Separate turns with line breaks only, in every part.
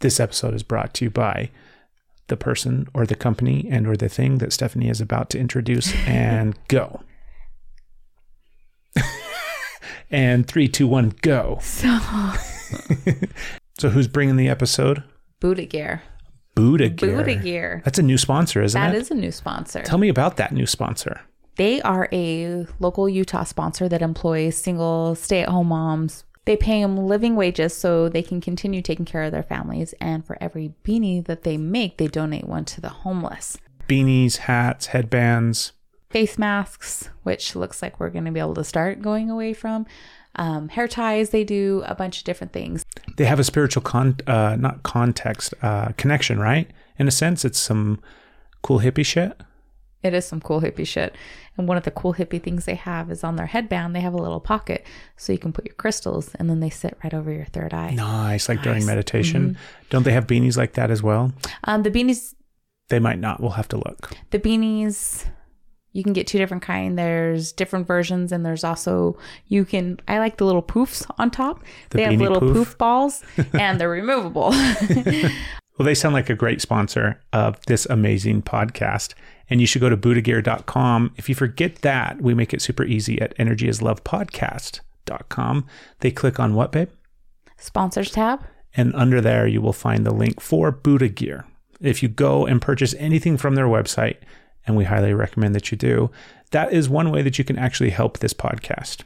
This episode is brought to you by the person or the company and or the thing that Stephanie is about to introduce and go. and three, two, one, go.
So
So who's bringing the episode?
Buddha gear.
Buddha Gear.
Buddha gear.
That's a new sponsor, isn't
That
it?
is a new sponsor.
Tell me about that new sponsor.
They are a local Utah sponsor that employs single stay at home moms. They pay them living wages so they can continue taking care of their families. And for every beanie that they make, they donate one to the homeless.
Beanies, hats, headbands.
Face masks, which looks like we're going to be able to start going away from. Um, hair ties, they do a bunch of different things.
They have a spiritual con uh not context, uh connection, right? In a sense, it's some cool hippie shit.
It is some cool hippie shit. And one of the cool hippie things they have is on their headband, they have a little pocket so you can put your crystals and then they sit right over your third eye.
Nice, like during meditation. Don't they have beanies like that as well?
Um, the beanies,
They might not. We'll have to look.
the beanies, you can get two different kind. There's different versions, and there's also you can. I like the little poofs on top.
The
they have
beanie
little
poof?
poof, balls, and they're removable.
Well, they sound like a great sponsor of this amazing podcast. And you should go to buddhagear.com. If you forget that, we make it super easy at energyislovepodcast.com. They click on what, babe?
Sponsors tab.
And under there, you will find the link for Buddha Gear. If you go and purchase anything from their website, and we highly recommend that you do, that is one way that you can actually help this podcast.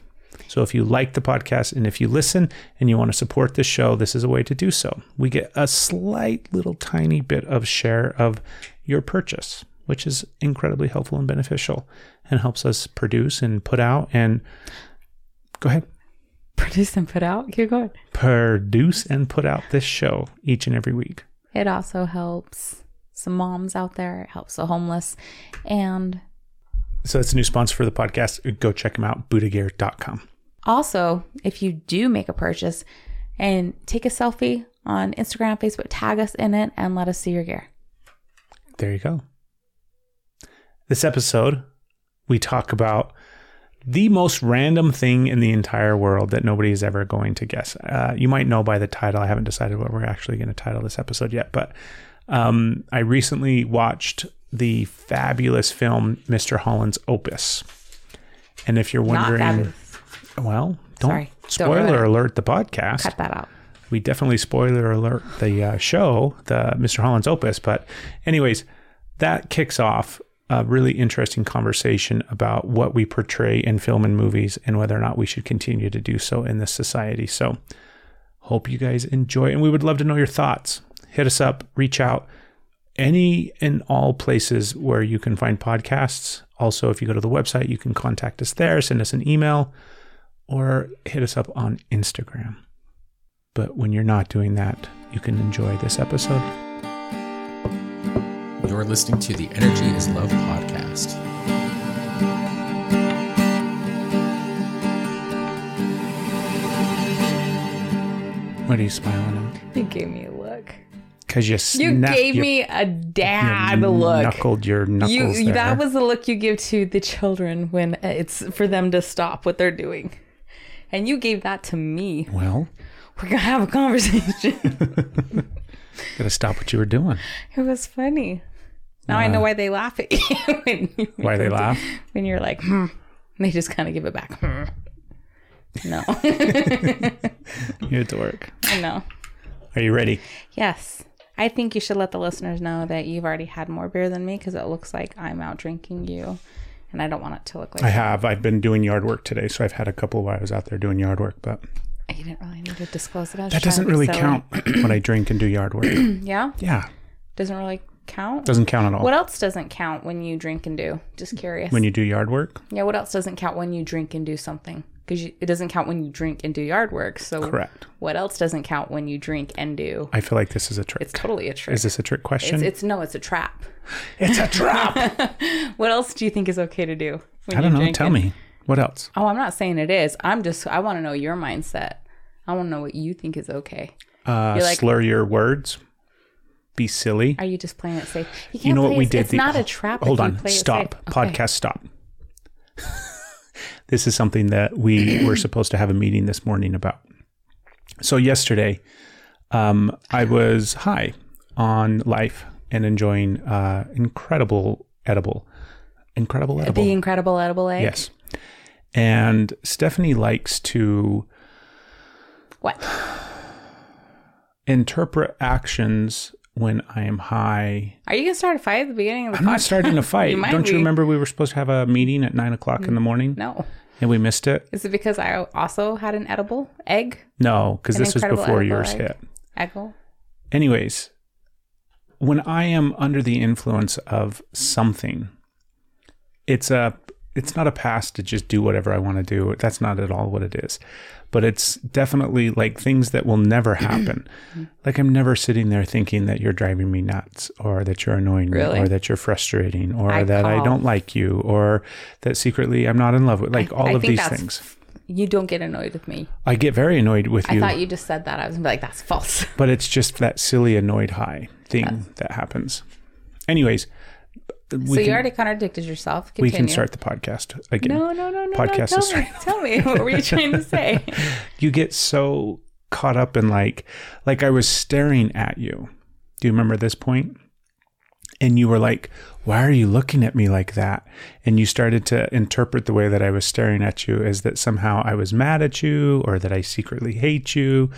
So if you like the podcast and if you listen and you want to support this show, this is a way to do so. We get a slight little tiny bit of share of your purchase, which is incredibly helpful and beneficial and helps us produce and put out and go ahead
Produce and put out. Keep going.
produce and put out this show each and every week.
It also helps some moms out there. It helps the homeless, and
So that's a new sponsor for the podcast. Go check them out, buddhagear.com.
Also, if you do make a purchase and take a selfie on Instagram, Facebook, tag us in it and let us see your gear.
There you go. This episode, we talk about the most random thing in the entire world that nobody is ever going to guess. Uh, you might know by the title. I haven't decided what we're actually going to title this episode yet, but um, I recently watched the fabulous film Mr. Holland's Opus. And if you're
Not
wondering,
fabulous.
well, don't
Sorry. Don't
spoiler
ruin it.
alert the podcast
Cut that out.
we definitely spoiler alert the uh, show, the Mr. Holland's Opus. But, anyways, that kicks off a really interesting conversation about what we portray in film and movies and whether or not we should continue to do so in this society. So, hope you guys enjoy, and we would love to know your thoughts. Hit us up, reach out. Any and all places where you can find podcasts. Also, if you go to the website, you can contact us there, send us an email, or hit us up on Instagram. But when you're not doing that, you can enjoy this episode.
You're listening to the Energy is Love podcast.
What are you smiling at?
You gave me a look.
Because you
You
snapped
gave
your-
me a
you
dad look.
Knuckled your knuckles.
You
there.
that was the look you give to the children when it's for them to stop what they're doing. And you gave that to me.
well.
We're gonna have a conversation.
Gotta stop what you were doing.
it was funny. Now I know
Uh-huh.
why they laugh at you when you
Why they laugh?
when you're like, hmm, and they just kind of give it back. Hmm. No,
You're a dork.
I know.
Are you ready?
Yes, I think you should let the listeners know that you've already had more beer than me because it looks like I'm out drinking you, and I don't want it to look like
I have. I've been doing yard work today, so I've had a couple while I was out there doing yard work, but
you didn't really need to disclose it. I was
that
trying
doesn't
to
really
sell it.
count when I drink and do yard work.
Yeah,
yeah,
doesn't really count.
doesn't count at all.
What else doesn't count when you drink and do? Just curious.
When you do yard work,
yeah, what else doesn't count when you drink and do something? Because it doesn't count when you drink and do yard work. So
correct.
What else doesn't count when you drink and do?
I feel like this is a trick.
It's totally a trick.
is this a trick question?
It's, it's no, it's a trap.
It's a trap.
What else do you think is okay to do? When
I don't
you're
know. Tell
drinking?
me. What else?
Oh, I'm not saying it is. I'm just. I want to know your mindset. I want to know what you think is okay.
Uh,
You're like-
slur your words. Be silly.
Are you just playing it safe? You, can't
you know what
play
we
it-
did?
It's
the- oh,
not a trap. if
Hold
you
on.
play it safe.
Stop.
Okay.
Podcast. Stop. this is something that we were supposed to have a meeting this morning about. So yesterday, um, I was high on life and enjoying uh, incredible edible, incredible edible.
The Incredible Edible Egg.
yes, and Stephanie likes to
What?
interpret actions when I am high.
Are you gonna start a fight at the beginning of the
I'm not
podcast?
starting a fight.
You might
Don't you
be. Mm.
remember we were supposed to have a meeting at nine o'clock in the morning
No.
and we missed it?
Is it because I also had an edible egg?
No, because
An
this was
incredible
before
edible
yours
egg.
hit.
Eggle?
Anyways, when I am under the influence of something, it's a it's not a pass to just do whatever I want to do. That's not at all what it is. But it's definitely like things that will never happen. like I'm never sitting there thinking that you're driving me nuts or that you're annoying
Really?
me or that you're frustrating or
I
that I
call-
don't like you or that secretly I'm not in love with like all
I
of
think
these
that's-
things.
You don't get annoyed with me.
I get very annoyed with
I thought you just said that. I was gonna be like, that's false.
but it's just that silly annoyed high thing that happens. Anyways, we
so
can,
you already contradicted yourself.
we
Continue.
can start the podcast again.
No, no, no, no.
Podcast
no.
is
Tell me, tell me. What were you trying to say?
You get so caught up in like like I was staring at you. Do you remember this point? And you were like, "Why are you looking at me like that?" And you started to interpret the way that I was staring at you as that somehow I was mad at you or that I secretly hate you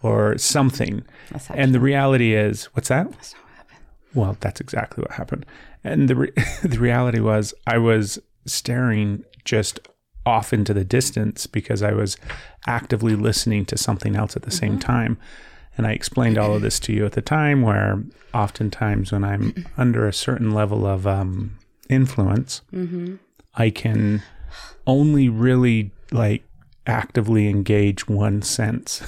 or something.
That's not
And the reality is, what's that?
That's not what happened.
Well, that's exactly what happened. And the re- the reality was I was staring just off into the distance because I was actively listening to something else at the same time. And I explained all of this to you at the time where oftentimes when I'm under a certain level of um, influence, I can only really like actively engage one sense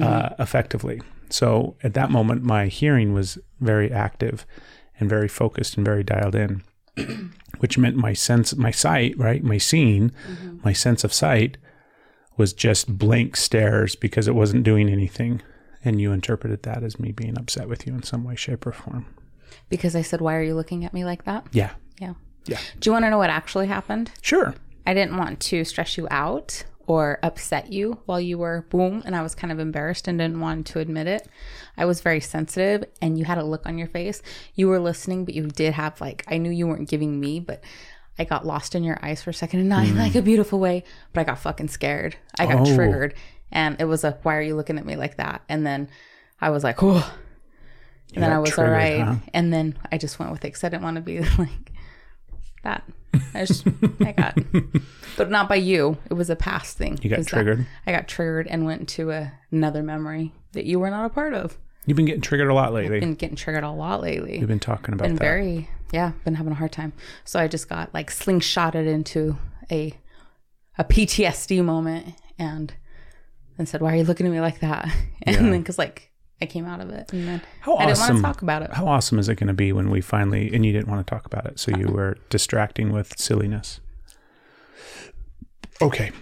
uh, effectively. So at that moment, my hearing was very active and very focused and very dialed in, which meant my sense, my sight, right, my seeing,
Mm-hmm.
my sense of sight was just blank stares because it wasn't doing anything. And you interpreted that as me being upset with you in some way, shape, or form.
Because I said, why are you looking at me like that?
Yeah.
Yeah.
Yeah.
Do you want to know what actually happened?
Sure.
I didn't want to stress you out or upset you while you were boom, and I was kind of embarrassed and didn't want to admit it. I was very sensitive, and you had a look on your face. You were listening, but you did have like I knew you weren't giving me, but I got lost in your eyes for a second, and not in like a beautiful way, but I got fucking scared. I got
Mm-hmm. Oh.
triggered, and it was like, why are you looking at me like that? And then I was like, oh. And then
got
I was
triggered,
all right,
huh?
and then I just went with it because I didn't want to be like that. I just I got, but not by you. It was a past thing.
You got
'Cause that-
triggered.
I got triggered and went to a, another memory that you were not a part of.
You've been getting triggered a lot lately.
Been getting triggered a lot lately.
You've been talking about
Been
that.
very yeah. Been having a hard time. So I just got like slingshotted into a a PTSD moment and and said, "Why are you looking at me like that?" And
Yeah.
then because like I came out of it and then
How
I didn't want
awesome.
to talk about it.
How awesome is it going to be when we finally, and you didn't want to talk about it, so you were distracting with silliness? Okay.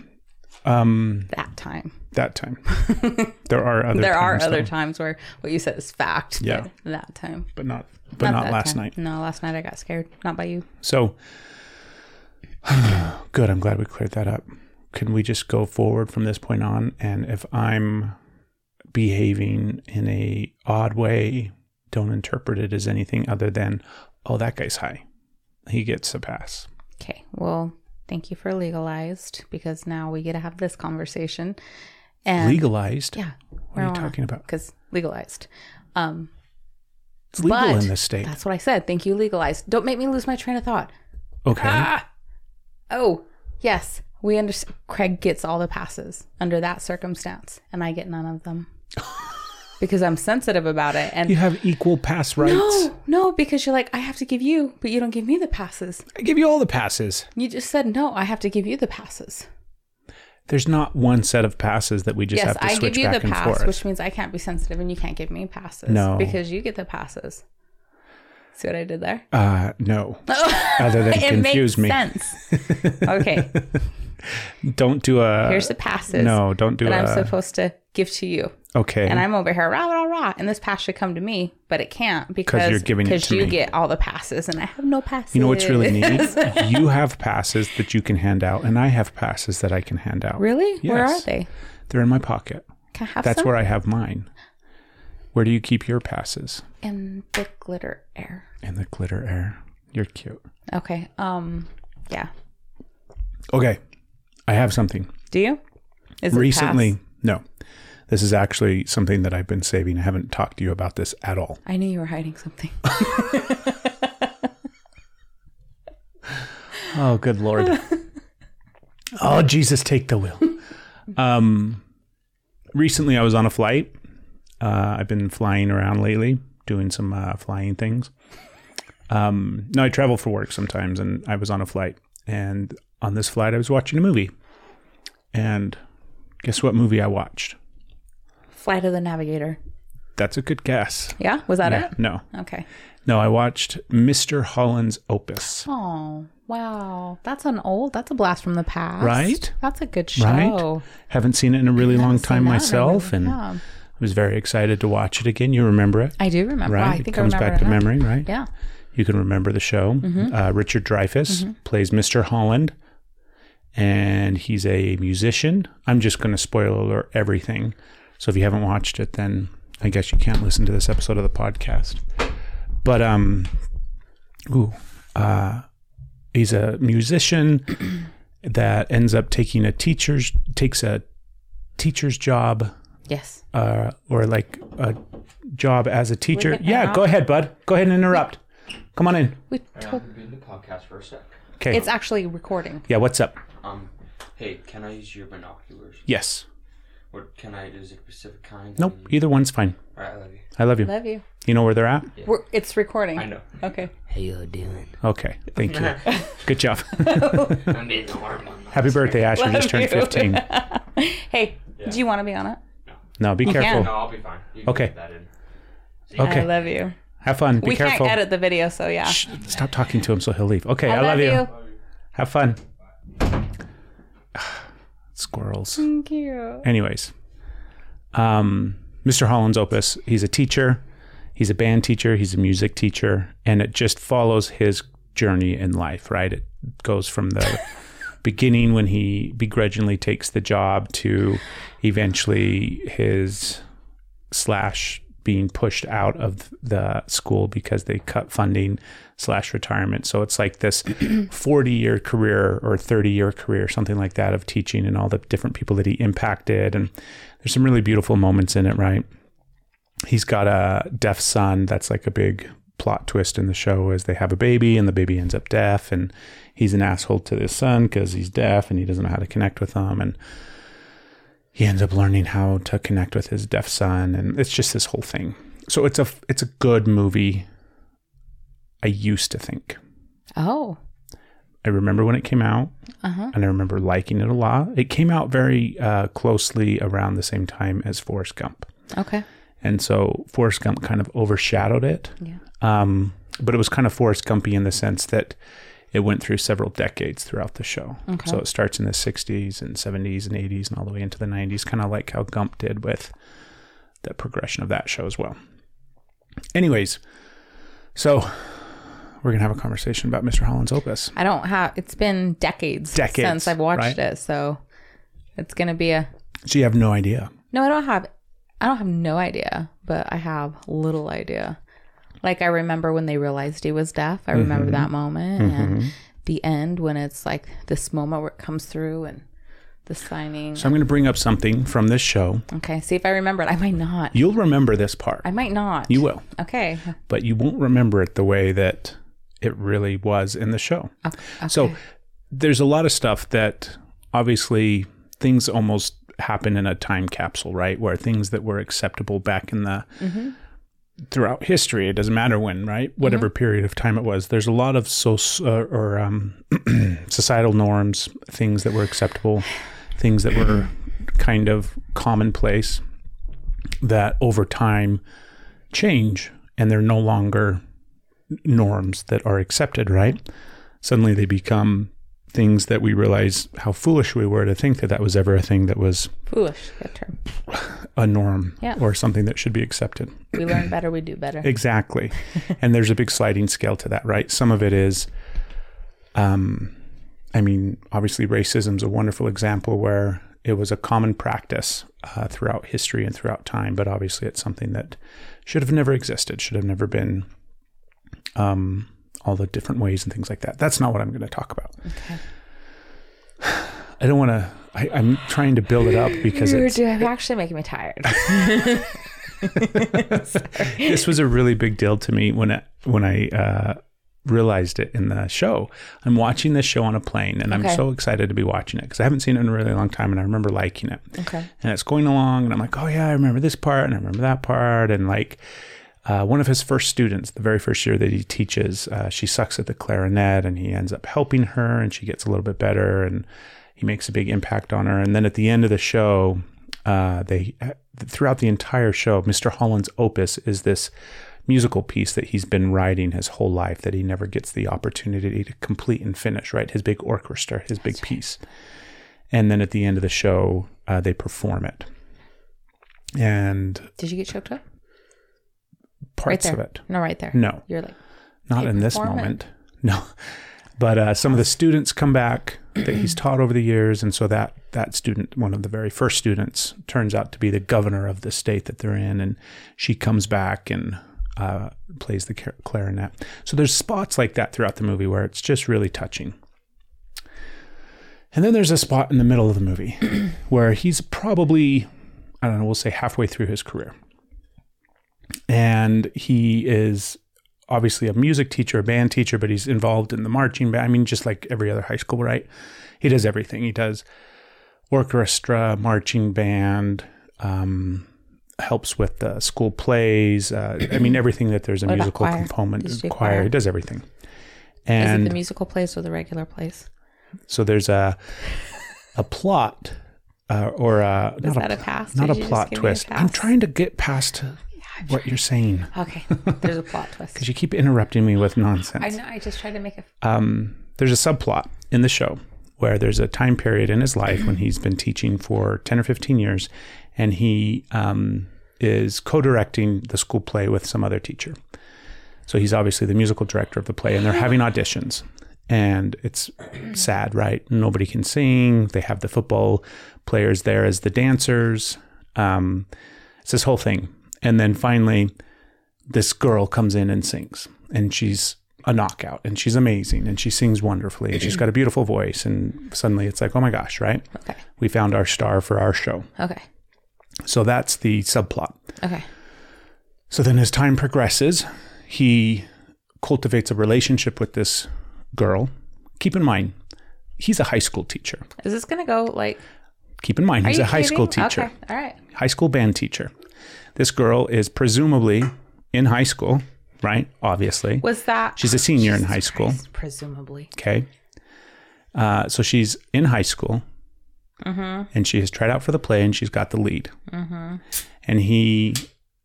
Um,
That time.
that time. there are other
there are
times,
other
though,
times where what you said is fact.
Yeah.
but That time.
But not, but not,
that
last
time.
night.
No, last night I got scared. Not by you.
So good. I'm glad we cleared that up. Can we just go forward from this point on? And if I'm behaving in a odd way, don't interpret it as anything other than, oh, that guy's high. He gets a pass.
Okay. Well, thank you for legalized because now we get to have this conversation. And
Legalized.
Yeah.
What are you talking about?
Because legalized. Um,
It's legal
but
in this state.
That's what I said. Thank you, legalized. Don't make me lose my train of thought.
Okay.
Ah! Oh, yes. We understand. Craig gets all the passes under that circumstance, and I get none of them because I'm sensitive about it. And
You have equal pass rights.
No, no, because you're like, I have to give you, but you don't give me the passes.
I give you all the passes.
You just said, no, I have to give you the passes.
There's not one set of passes that we just
yes,
have to
I
switch
give you
back
the
and
pass,
forth.
which means I can't be sensitive and you can't give me passes.
No.
Because you get the passes. See what I did there?
uh, no. Other than
it
confuse
makes
me.
sense. okay,
Don't do a.
here's the passes
No, don't do uh,
that I'm
a.
supposed to give to you.
okay.
And I'm over here, rah, rah, rah. And this pass should come to me, but it can't because
you're giving it
'cause
to
you
me.
get all the passes and I have no passes.
you know what's really neat? you have passes that you can hand out, and I have passes that I can hand out.
Really? Where are
Yes.
they?
They're in my pocket.
Can I have
That's
some?
where I have mine. Where do you keep your passes?
And the glitter air.
In the glitter air. You're cute.
Okay. Um. Yeah.
Okay. I have something.
Do you? Is it
Recently,
pass?
no. This is actually something that I've been saving. I haven't talked to you about this at all.
I knew you were hiding something.
Oh, good Lord. oh, Jesus, take the wheel. Um, recently, I was on a flight. Uh, I've been flying around lately, doing some uh, flying things. Um, no, I travel for work sometimes, and I was on a flight. And on this flight, I was watching a movie. And guess what movie I watched?
Flight of the Navigator.
That's a good guess.
Yeah. Was that
No,
it?
no,
Okay.
no, I watched Mr. Holland's Opus.
Oh wow, that's an old. That's a blast from the past.
Right?
That's a good show.
Right? Haven't seen it in a really long
Oh. Haven't seen
time
that in a
myself, and
really- yeah.
I was very excited to watch it again. You remember it,
Oh, I do remember.
right?
I think
it comes
I remember
back to
it now.
memory, right?
Yeah.
You can remember the show. Uh, Richard Dreyfuss plays Mr. Holland, and he's a musician. I'm just going to spoil alert everything. So if you haven't watched it, then I guess you can't listen to this episode of the podcast. But um, ooh, uh, he's a musician that ends up taking a teacher's takes a teacher's job
Yes.
uh, or like a job as a teacher.
can
Yeah, go ahead, bud. Go ahead and interrupt. Come on in.
We
Hey,
told.
I'm gonna be in the podcast for a sec.
Okay.
It's actually recording.
yeah, what's up?
Um, hey, can I use your binoculars?
Yes.
Or can I? Is it a specific kind?
Nope. Either one's fine.
Alright, I love you.
I love you.
Love you.
You know where they're at?
We're, it's recording.
I know.
Okay.
How you doing?
Okay. Thank you. Good job.
I'm being the hard one.
Happy birthday, Ash. You
Love
just turned
you.
15.
Hey, do you want to be on it?
No, be careful.
No, I'll be fine. You can
Okay.
leave That in.
Okay.
I love you.
Have fun. Be
we
careful.
can't edit the video, so yeah.
Shh, Stop talking to him so he'll leave. Okay. I, love, you. Have fun. Squirrels.
Thank you.
Anyways, um, Mr. Holland's opus. He's a teacher. He's a band teacher. He's a music teacher, and it just follows his journey in life. Right, it goes from the beginning when he begrudgingly takes the job to eventually his slash being pushed out of the school because they cut funding slash retirement. So it's like this 40 year career or 30 year career, something like that of teaching and all the different people that he impacted. And there's some really beautiful moments in it, right? He's got a deaf son. That's like a big plot twist in the show is they have a baby and the baby ends up deaf and he's an asshole to his son because he's deaf and he doesn't know how to connect with them. And he ends up learning how to connect with his deaf son and it's just this whole thing so it's a it's a good movie i used to think
Oh.
i remember when it came out
Uh-huh.
and i remember liking it a lot it came out very uh, closely around the same time as forrest gump
Okay.
and so forrest gump kind of overshadowed it
Yeah.
um, but it was kind of Forrest Gumpy in the sense that it went through several decades throughout the show.
Okay.
So it starts in the 60s and 70s and 80s and all the way into the 90s, kind of like how Gump did with the progression of that show as well. Anyways, so we're going to have a conversation about Mr. Holland's Opus.
I don't have. It's been decades,
Decades,
since I've watched
right?
it, so it's gonna be a.
So you have no idea.
No, I don't have. I don't have no idea, but I have little idea. Like I remember when they realized he was deaf. I
Mm-hmm.
remember that moment and the end when it's like this moment where it comes through and the signing.
So I'm going to bring up something from this show.
okay, see if I remember it. I might not.
You'll remember this part.
I might not.
you will.
Okay.
but you won't remember it the way that it really was in the show. So there's a lot of stuff that obviously things almost happen in a time capsule, right? Where things that were acceptable back in the throughout history, it doesn't matter when, right? Whatever period of time it was, there's a lot of so uh, or um, societal norms, things that were acceptable, things that were kind of commonplace that over time change and they're no longer norms that are accepted, right? Suddenly they become things that we realize how foolish we were to think that that was ever a thing that was
Foolish. Good term.
a norm
Yeah.
or something that should be accepted.
We learn better. We do better.
Exactly. and there's a big sliding scale to that, right? Some of it is, um, I mean, obviously racism's a wonderful example where it was a common practice uh, throughout history and throughout time, but obviously it's something that should have never existed, should have never been um, all the different ways and things like that. That's not what I'm going to talk about. I don't want to. I'm trying to build it up because
You're
it's,
do- actually making me tired.
this was a really big deal to me when I, when I uh, realized it in the show. I'm watching this show on a plane, and
Okay.
I'm so excited to be watching it because I haven't seen it in a really long time, and I remember liking it.
Okay.
and it's going along and i'm like oh yeah i remember this part and i remember that part and like uh, one of his first students the very first year that he teaches uh, she sucks at the clarinet and he ends up helping her and she gets a little bit better and he makes a big impact on her and then at the end of the show uh, they throughout the entire show mr holland's opus is this musical piece that he's been writing his whole life that he never gets the opportunity to complete and finish right his big orchestra his big piece and then at the end of the show uh, they perform it and
Did you get choked up? Right
parts
there.
of it
No, right there.
No.
You're like,
not
They
in this
perform it.
moment no but uh, some of the students come back that he's taught over the years and so that that student one of the very first students turns out to be the governor of the state that they're in and she comes back and uh, plays the car- clarinet so there's spots like that throughout the movie where it's just really touching and then there's a spot in the middle of the movie where he's probably i don't know we'll say halfway through his career and he is obviously a music teacher, a band teacher, but he's involved in the marching band. I mean, just like every other high school, right? He does everything. He does orchestra, marching band, um, helps with the school plays. Uh, I mean, everything that there's a
What about
musical
choir?
component.
Does he
Choir.
do choir?
He does everything.
is
And
it the musical place or the regular place?
so there's a a plot uh, or a
Is
not
that
a,
a pass?
not
Did
a
you just
plot
give me a
twist. I'm
pass?
trying to get past what you're saying
Okay. There's a plot twist.
because you keep interrupting me with nonsense.
I know. I just tried to make a.
um, there's a subplot in the show where there's a time period in his life when he's been teaching for 10 or 15 years and he um, is co-directing the school play with some other teacher so he's obviously the musical director of the play and they're having auditions and it's sad right nobody can sing they have the football players there as the dancers um, it's this whole thing and then finally this girl comes in and sings and she's a knockout and she's amazing and she sings wonderfully and she's got a beautiful voice and suddenly it's like oh my gosh right
Okay.
we found our star for our show
Okay.
so that's the subplot
Okay.
so then as time progresses he cultivates a relationship with this girl keep in mind he's a high school teacher
Is this gonna go like?
keep in mind
Are
he's
you
a high school
kidding?
teacher
Okay. All right.
high school band teacher this girl is presumably in high school right obviously
Was that?
she's a senior in high school
Presumably.
Okay. Uh, so she's in high school
Mm-hmm.
and she has tried out for the play and she's got the lead. And he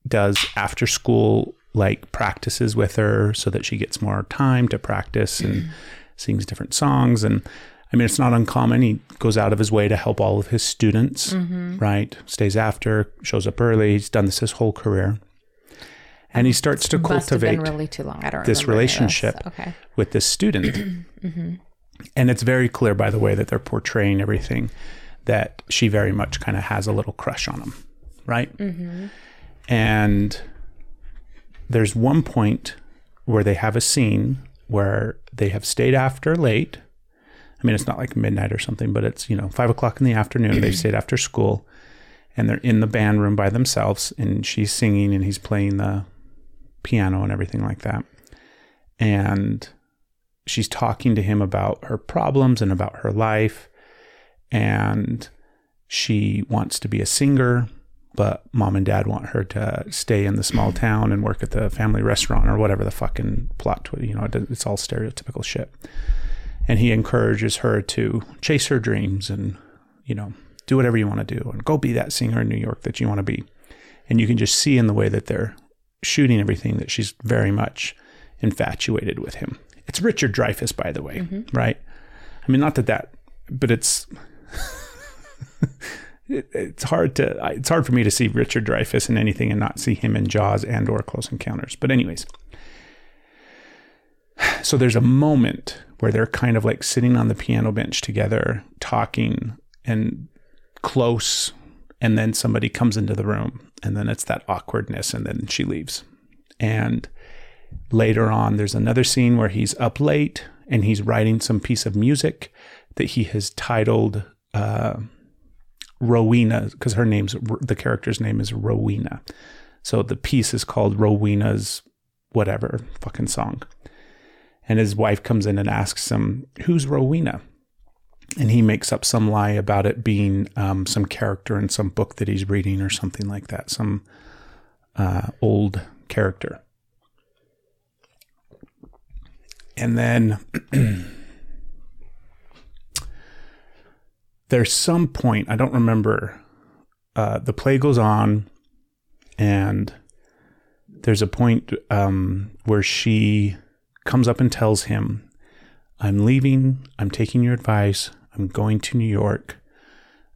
does after school like practices with her so that she gets more time to practice and sings different songs. And I mean, it's not uncommon. He goes out of his way to help all of his students,
Mm-hmm.
right? Stays after, shows up early. He's done this his whole career. And he starts to
Must have
cultivate
been really too long. I don't remember.
this
any of this.
relationship
Okay.
with this student. And it's very clear, by the way, that they're portraying everything that she very much kind of has a little crush on him, right? And there's one point where they have a scene where they have stayed after late. I mean, it's not like midnight or something, but it's, you know, five o'clock in the afternoon. They've stayed after school and they're in the band room by themselves and she's singing and he's playing the piano and everything like that. And she's talking to him about her problems and about her life. And she wants to be a singer, but mom and dad want her to stay in the small town and work at the family restaurant or whatever the fucking plot. twi- You know, it- it's all stereotypical shit. And he encourages her to chase her dreams and, you know, do whatever you want to do and go be that singer in New York that you want to be. And you can just see in the way that they're shooting everything that she's very much infatuated with him. It's Richard Dreyfuss, by the way, right? I mean, not that that, but it's it, it's hard to I- it's hard for me to see Richard Dreyfuss in anything and not see him in Jaws and or Close Encounters. But anyways, so there's a moment where they're kind of like sitting on the piano bench together, talking, and close and then somebody comes into the room and then it's that awkwardness and then she leaves and later on there's another scene where he's up late and he's writing some piece of music that he has titled uh, rowena because her name's the character's name is rowena so the piece is called rowena's whatever fucking song and his wife comes in and asks him who's rowena and he makes up some lie about it being um, some character in some book that he's reading or something like that, some uh, old character. And then there's some point, I don't remember, uh, the play goes on, and there's a point um, where she comes up and tells him I'm leaving. I'm taking your advice. I'm going to New York.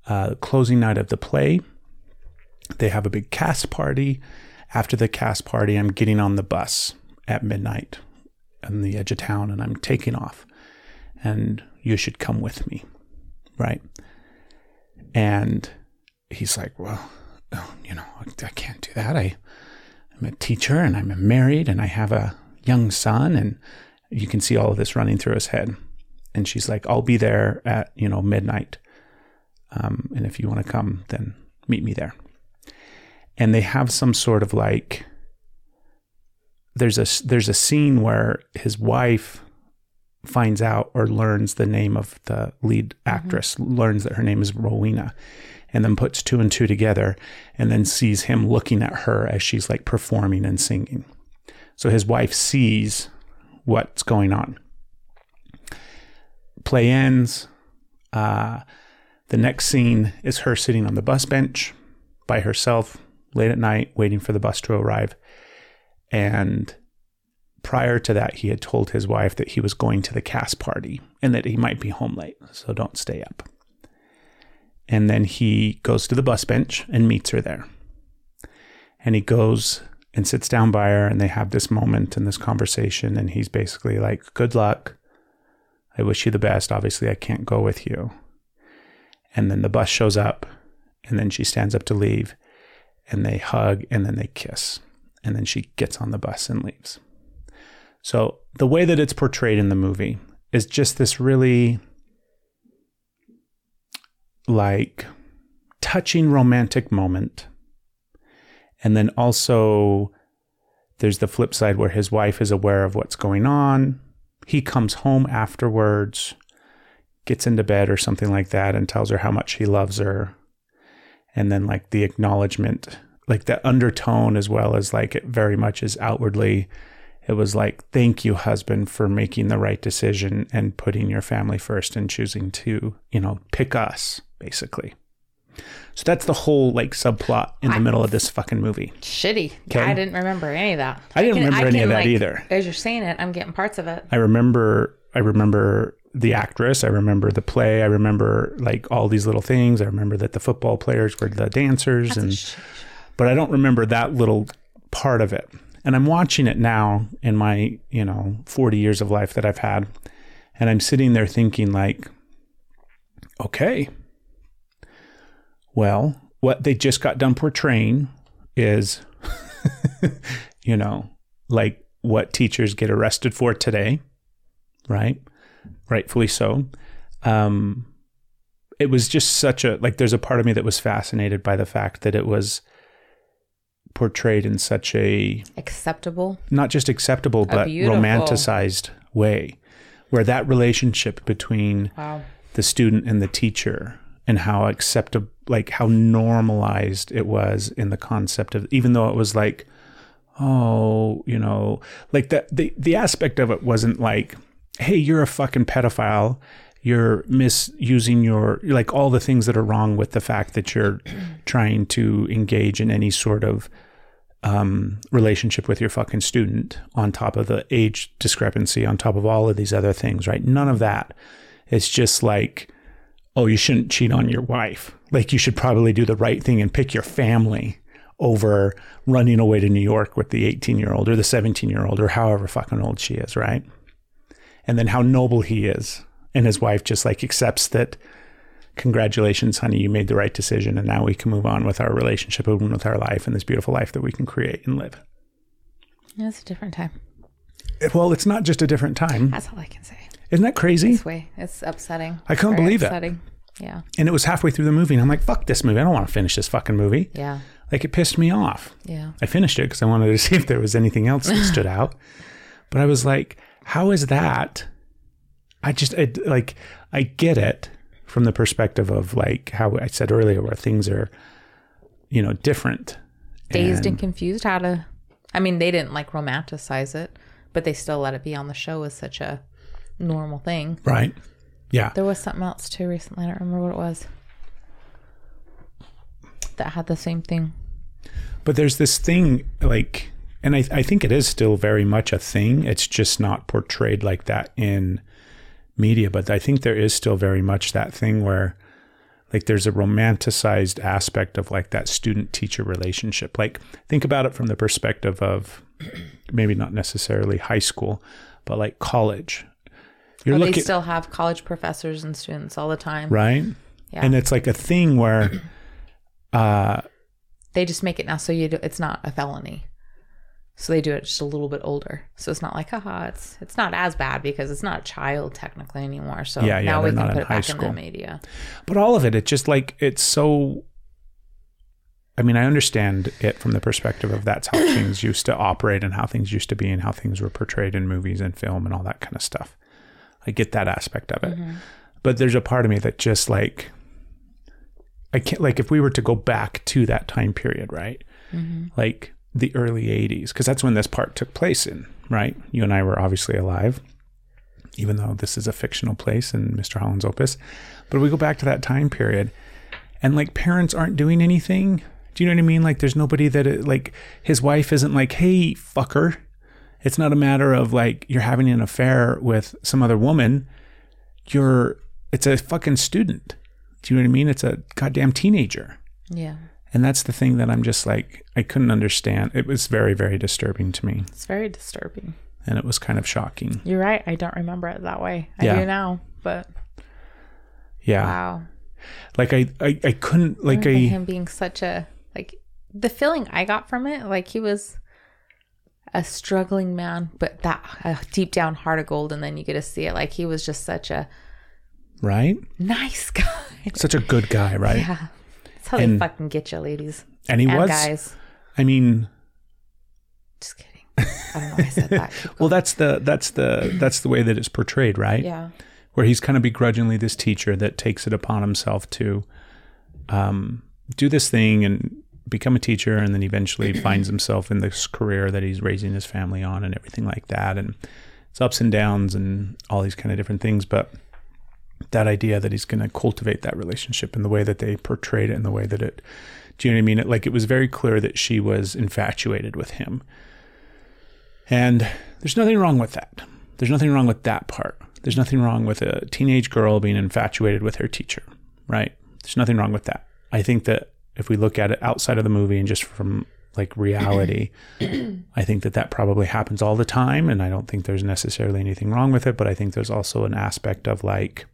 Uh, closing night of the play. They have a big cast party. After the cast party, I'm getting on the bus at midnight on the edge of town and I'm taking off. And you should come with me. Right. And he's like, well, oh, you know, I can't do that. I, I'm a teacher and I'm married and I have a young son and you can see all of this running through his head. And she's like, I'll be there at, you know, midnight. Um, and if you want to come, then meet me there. And they have some sort of like, there's a, there's a scene where his wife finds out or learns the name of the lead actress, learns that her name is Rowena, and then puts two and two together and then sees him looking at her as she's like performing and singing. So his wife sees what's going on. Play ends. Uh, the next scene is her sitting on the bus bench by herself late at night, waiting for the bus to arrive. And prior to that, he had told his wife that he was going to the cast party and that he might be home late, so don't stay up. And then he goes to the bus bench and meets her there and he goes and sits down by her and they have this moment and this conversation and he's basically like good luck i wish you the best obviously i can't go with you and then the bus shows up and then she stands up to leave and they hug and then they kiss and then she gets on the bus and leaves so the way that it's portrayed in the movie is just this really like touching romantic moment and then also, there's the flip side where his wife is aware of what's going on. He comes home afterwards, gets into bed or something like that, and tells her how much he loves her. And then, like, the acknowledgement, like, the undertone, as well as, like, it very much is outwardly. It was like, thank you, husband, for making the right decision and putting your family first and choosing to, you know, pick us, basically. So that's the whole, like, subplot in the middle of this fucking movie.
Shitty.
Okay.
I didn't remember any of that.
I didn't remember any of that either.
As you're saying it, I'm getting parts of it.
I remember I remember the actress, I remember the play, I remember like all these little things. I remember that the football players were the dancers and but I don't remember that little part of it. And I'm watching it now in my, you know, 40 years of life that I've had and I'm sitting there thinking like okay. Well, what they just got done portraying is you know, like what teachers get arrested for today, right? Rightfully so. Um, it was just such a like. There's a part of me that was fascinated by the fact that it was portrayed in such a
Acceptable.
not just acceptable but
beautiful-
romanticized way, where that relationship between
Wow.
the student and the teacher and how acceptable like how normalized it was in the concept of even though it was like oh you know like that the the aspect of it wasn't like hey you're a fucking pedophile you're misusing your like all the things that are wrong with the fact that you're trying to engage in any sort of um, relationship with your fucking student on top of the age discrepancy on top of all of these other things right none of that it's just like oh you shouldn't cheat on your wife like you should probably do the right thing and pick your family over running away to new york with the 18 year old or the 17 year old or however fucking old she is right and then how noble he is and his wife just like accepts that congratulations, honey, you made the right decision. And now we can move on with our relationship and with our life and this beautiful life that we can create and live.
It's a different time.
It- Well, it's not just a different time.
That's all I can say.
Isn't that crazy?
This way, it's upsetting.
I couldn't
Very
believe it.
upsetting. Yeah,
And it was halfway through the movie. And I'm like, fuck this movie. I don't want to finish this fucking movie.
yeah,
Like, it pissed me off.
yeah.
I finished it because I wanted to see if there was anything else that stood out. But I was like, how is that? I just I, like I get it from the perspective of like how I said earlier, where things are, you know, different.
Dazed and
and,
confused how to. I mean, they didn't like romanticize it, but they still let it be on the show as such a normal thing.
right? Yeah,
There was something else too recently. I don't remember what it was. That had the same thing.
but there's this thing like, and I I think it is still very much a thing. It's just not portrayed like that in media, but I think there is still very much that thing where like there's a romanticized aspect of like that student teacher relationship. Like think about it from the perspective of maybe not necessarily high school, but like college. You're
Or they
looking
still have college professors and students all the time.
right?
Yeah.
And it's like a thing where uh
They just make it now so you do, it's not a felony. So they do it just a little bit older. So it's not like, haha, it's it's not as bad because it's not a child technically anymore. So
Yeah, yeah,
now we
they're
can
not
put
in
it
high
back in
school.
the media.
but all of it it just like it's so i mean i understand it from the perspective of that's how things used to operate and how things used to be and how things were portrayed in movies and film and all that kind of stuff i get that aspect of it but there's a part of me that just like i can't like if we were to go back to that time period right like the early 80s because that's when this part took place in right you and i were obviously alive even though this is a fictional place in mr holland's opus but we go back to that time period and like parents aren't doing anything do you know what i mean like there's nobody that it, like his wife isn't like hey fucker it's not a matter of like you're having an affair with some other woman you're it's a fucking student do you know what i mean it's a goddamn teenager
Yeah.
and that's the thing that I'm just like, I couldn't understand. It was very, very disturbing to me.
It's very disturbing.
And it was kind of shocking.
You're right. I don't remember it that way. I
Yeah.
do now, but
Yeah.
wow.
Like I, I, I couldn't like
Remember
I,
him being such a like the feeling I got from it, like he was a struggling man, but that a deep down heart of gold, and then you get to see it. Like he was just such a
right?
nice guy.
Such a good guy, right?
Yeah, that's how
And-
they fucking get you, ladies
And he
and
was,
guys.
I mean,
Just kidding. I don't know. Why I said that. Keep
well,
going.
that's the, that's the, that's the way that it's portrayed, right?
yeah,
Where he's kind of begrudgingly this teacher that takes it upon himself to, um, do this thing and become a teacher. And then eventually finds himself in this career that he's raising his family on and everything like that. And, it's ups and downs and all these kind of different things but that idea that he's going to cultivate that relationship and the way that they portrayed it and the way that it do you know what i mean it, like it was very clear that she was infatuated with him and there's nothing wrong with that there's nothing wrong with that part there's nothing wrong with a teenage girl being infatuated with her teacher right there's nothing wrong with that i think that if we look at it outside of the movie and just from like reality I think that that probably happens all the time, and I don't think there's necessarily anything wrong with it. But I think there's also an aspect of like,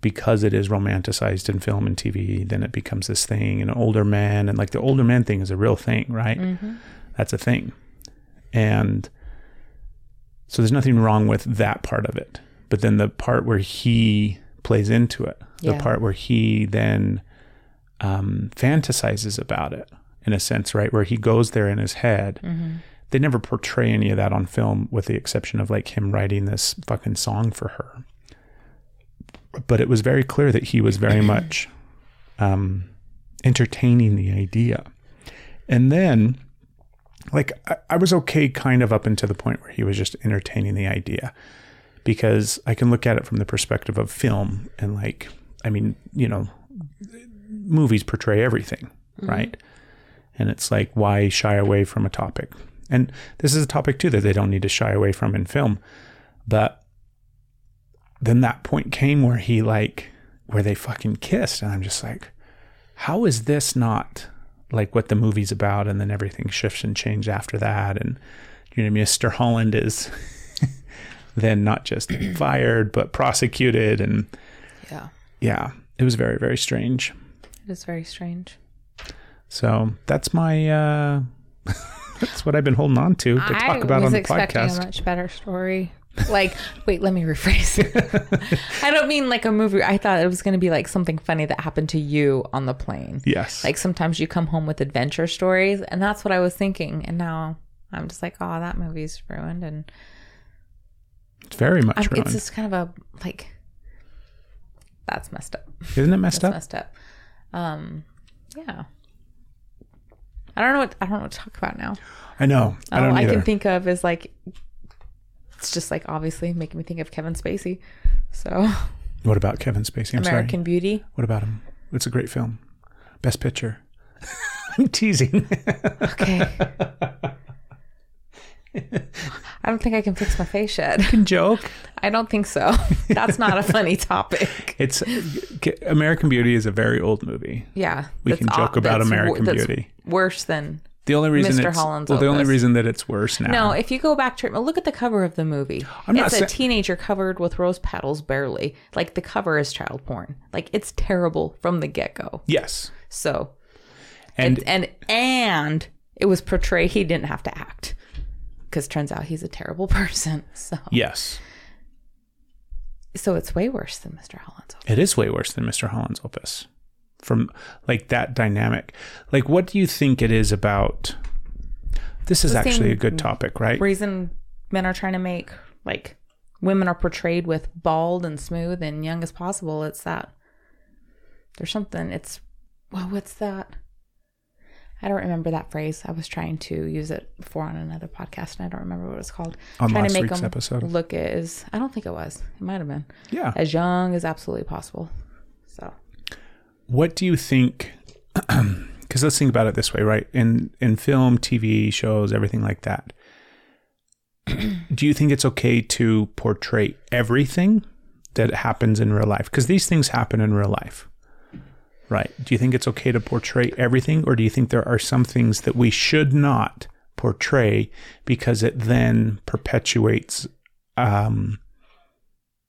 because it is romanticized in film and TV, then it becomes this thing, and older men, and like the older man thing is a real thing, right? That's a thing, and so there's nothing wrong with that part of it. But then the part where he plays into it, the
Yeah.
part where he then um, fantasizes about it, in a sense, right, where he goes there in his head they never portray any of that on film with the exception of like him writing this fucking song for her but it was very clear that he was very much um entertaining the idea and then like I, I was okay kind of up until the point where he was just entertaining the idea because i can look at it from the perspective of film and like i mean you know movies portray everything right and it's like why shy away from a topic and this is a topic too that they don't need to shy away from in film but then that point came where he like where they fucking kissed and i'm just like how is this not like what the movie's about and then everything shifts and changes after that and you know mr holland is then not just fired but prosecuted and
yeah.
yeah it was very very strange.
It is very strange.
So that's my uh that's what I've been holding on to to talk about on
I was
the
expecting
podcast.
a much better story. Like, wait, let me rephrase. I don't mean like a movie. I thought it was going to be like something funny that happened to you on the plane.
yes.
Like sometimes you come home with adventure stories, and that's what I was thinking. And now I'm just like, oh, that movie's ruined. And
it's very much
I'm,
ruined.
it's just kind of a like, that's messed up.
Isn't it messed up?
That's messed up. Um, yeah. I don't know what I don't know what to talk about now.
I know. I
All
don't
Oh, I
either.
can think of is like, it's just like obviously making me think of Kevin Spacey. So
what about Kevin Spacey? I'm
American
sorry.
Beauty.
What about him? It's a great film. Best picture. I'm teasing.
Okay. I don't think I can fix my face yet.
Joke.
I don't think so. That's not a funny topic.
It's American Beauty is a very old movie.
Yeah.
We
that's
can joke about
that's wor-
American
that's
Beauty.
Worse than
The only reason
Mr.
it's
Holland's
well, the only
Opus.
reason that it's worse now.
no. If you go back to look at the cover of the movie,
Uh-huh. I'm not
it's
sa-
a teenager covered with rose petals, barely. Like the cover is child porn. Like it's terrible from the get go.
Yes.
So
And
and and and it was portrayed he didn't have to act because turns out he's a terrible person so
yes,
so it's way worse than mr holland's
it is way worse than Mr. Holland's Opus. From like that dynamic. Like what do you think it is about This is
The
actually
same
a good topic, right?
reason men are trying to make like women are portrayed with bald and smooth and young as possible it's that there's something it's well what's that I don't remember that phrase. I was trying to use it before on another podcast, and I don't remember what it was called.
On
trying
last
to make
week's
them
episode.
look as I don't think it was. It might have been.
yeah.
as young as absolutely possible. So
what do you think because let's think about it this way right in in film tv shows everything like that do you think it's okay to portray everything that happens in real life because these things happen in real life right do you think it's okay to portray everything or do you think there are some things that we should not portray because it then perpetuates um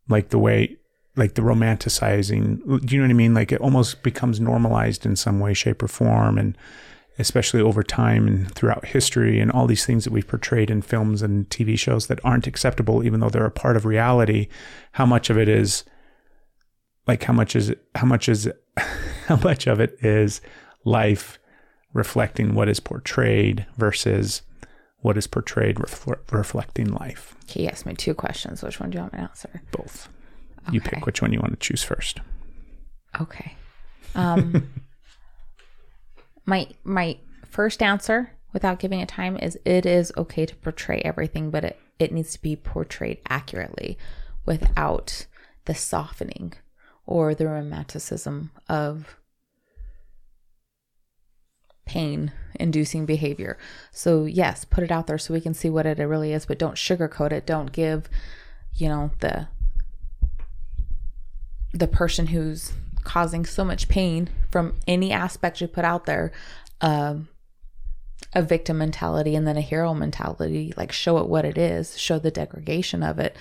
like the way like the romanticizing do you know what i mean like it almost becomes normalized in some way shape or form and especially over time and throughout history and all these things that we've portrayed in films and tv shows that aren't acceptable even though they're a part of reality how much of it is like how much is how much is how much of it is life reflecting what is portrayed versus what is portrayed refle- reflecting life
he asked me two questions. Which one do you want me to answer?
both you pick
Okay.
which one you want to choose first
Okay. Um, my my first answer, without giving it time, is it is okay to portray everything, but it, it needs to be portrayed accurately, without the softening or the romanticism of pain inducing behavior. So yes, put it out there so we can see what it really is, but don't sugarcoat it. Don't give, you know, the the person who's causing so much pain from any aspect you put out there um a victim mentality and then a hero mentality like show it what it is show the degradation of it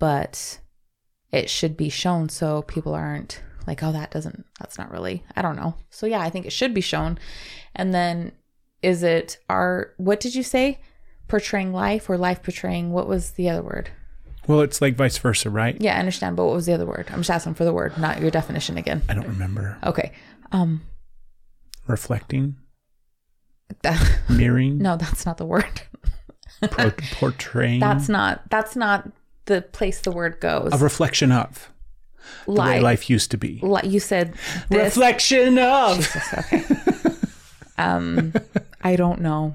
but it should be shown so people aren't like oh that doesn't that's not really i don't know so yeah i think it should be shown and then is it our what did you say portraying life or life portraying what was the other word
Well, it's like vice versa, right?
yeah i understand but what was the other word i'm just asking for the word not your definition again
I don't remember.
Okay. Um.
Reflecting,
that-
mirroring,
no, that's not the word.
pro- portraying.
That's not. That's not the place the word goes.
a reflection Mm-hmm. of the way
Like-
life used to be.
Like you said. This.
Reflection of.
Jesus, okay. um. I don't know.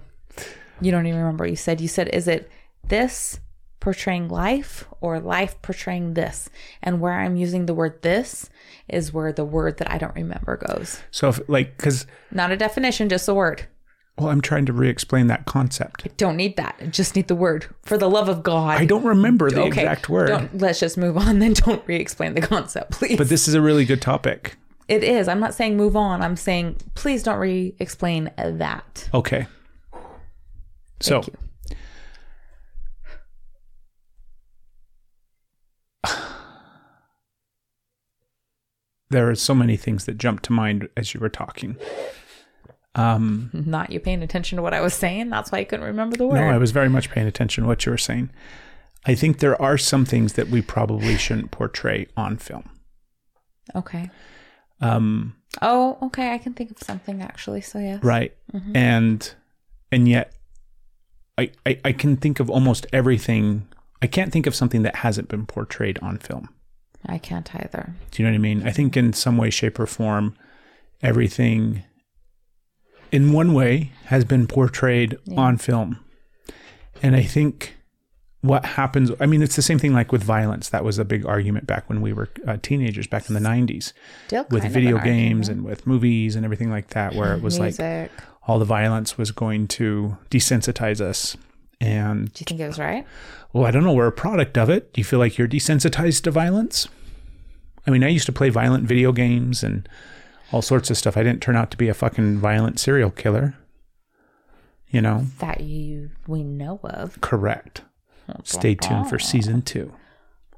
You don't even remember what you said. You said, "Is it this portraying life or life portraying this?" And where I'm using the word "this" is where the word that I don't remember goes.
So, if, like, because,
Not a definition, just a word.
well, I'm trying to re explain that concept.
Don't need that. I Just need the word. For the love of God.
I don't remember the exact word,
Don't, let's just move on. Then don't re-explain the concept, please.
but this is a really good topic.
it is. I'm not saying move on. I'm saying please don't re-explain that.
Okay. So,
Thank
there are so many things that jumped to mind as you were talking.
Not you paying attention to what I was saying. That's why I couldn't remember the word.
No, I was very much paying attention to what you were saying. I think there are some things that we probably shouldn't portray on film.
okay.
Um,
Oh, okay. I can think of something actually. So yes.
right. And and yet I, I I can think of almost everything. I can't think of something that hasn't been portrayed on film.
I can't either.
Do you know what I mean? I think in some way, shape, or form, everything in one way has been portrayed on film. And I think what happens, I mean, it's the same thing like with violence. That was a big argument back when we were uh, teenagers, back in the 90s,
Still
with
kind of
video
an
games and
argument.
with movies and everything like that, where it was like
music.
all the violence was going to desensitize us. And,
Do you think it was right?
well, I don't know, we're a product of it. Do you feel like you're desensitized to violence? I mean, I used to play violent video games and all sorts of stuff. I didn't turn out to be a fucking violent serial killer. You know,
That you we know of.
correct. Stay tuned for season two.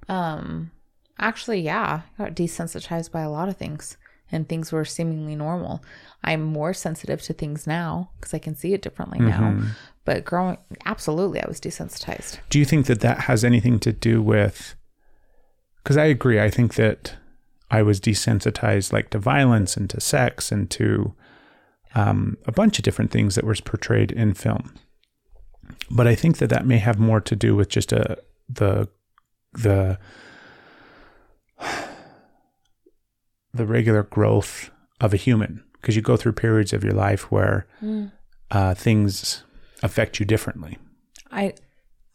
Um, actually, yeah, I got desensitized by a lot of things, and things were seemingly normal. I'm more sensitive to things now because I can see it differently now. But growing, absolutely, I was desensitized.
Do you think that that has anything to do with? Because I agree. I think that I was desensitized, like to violence and to sex and to um, a bunch of different things that was portrayed in film. But I think that that may have more to do with just a the the the regular growth of a human because you go through periods of your life where uh, things affect you differently.
I,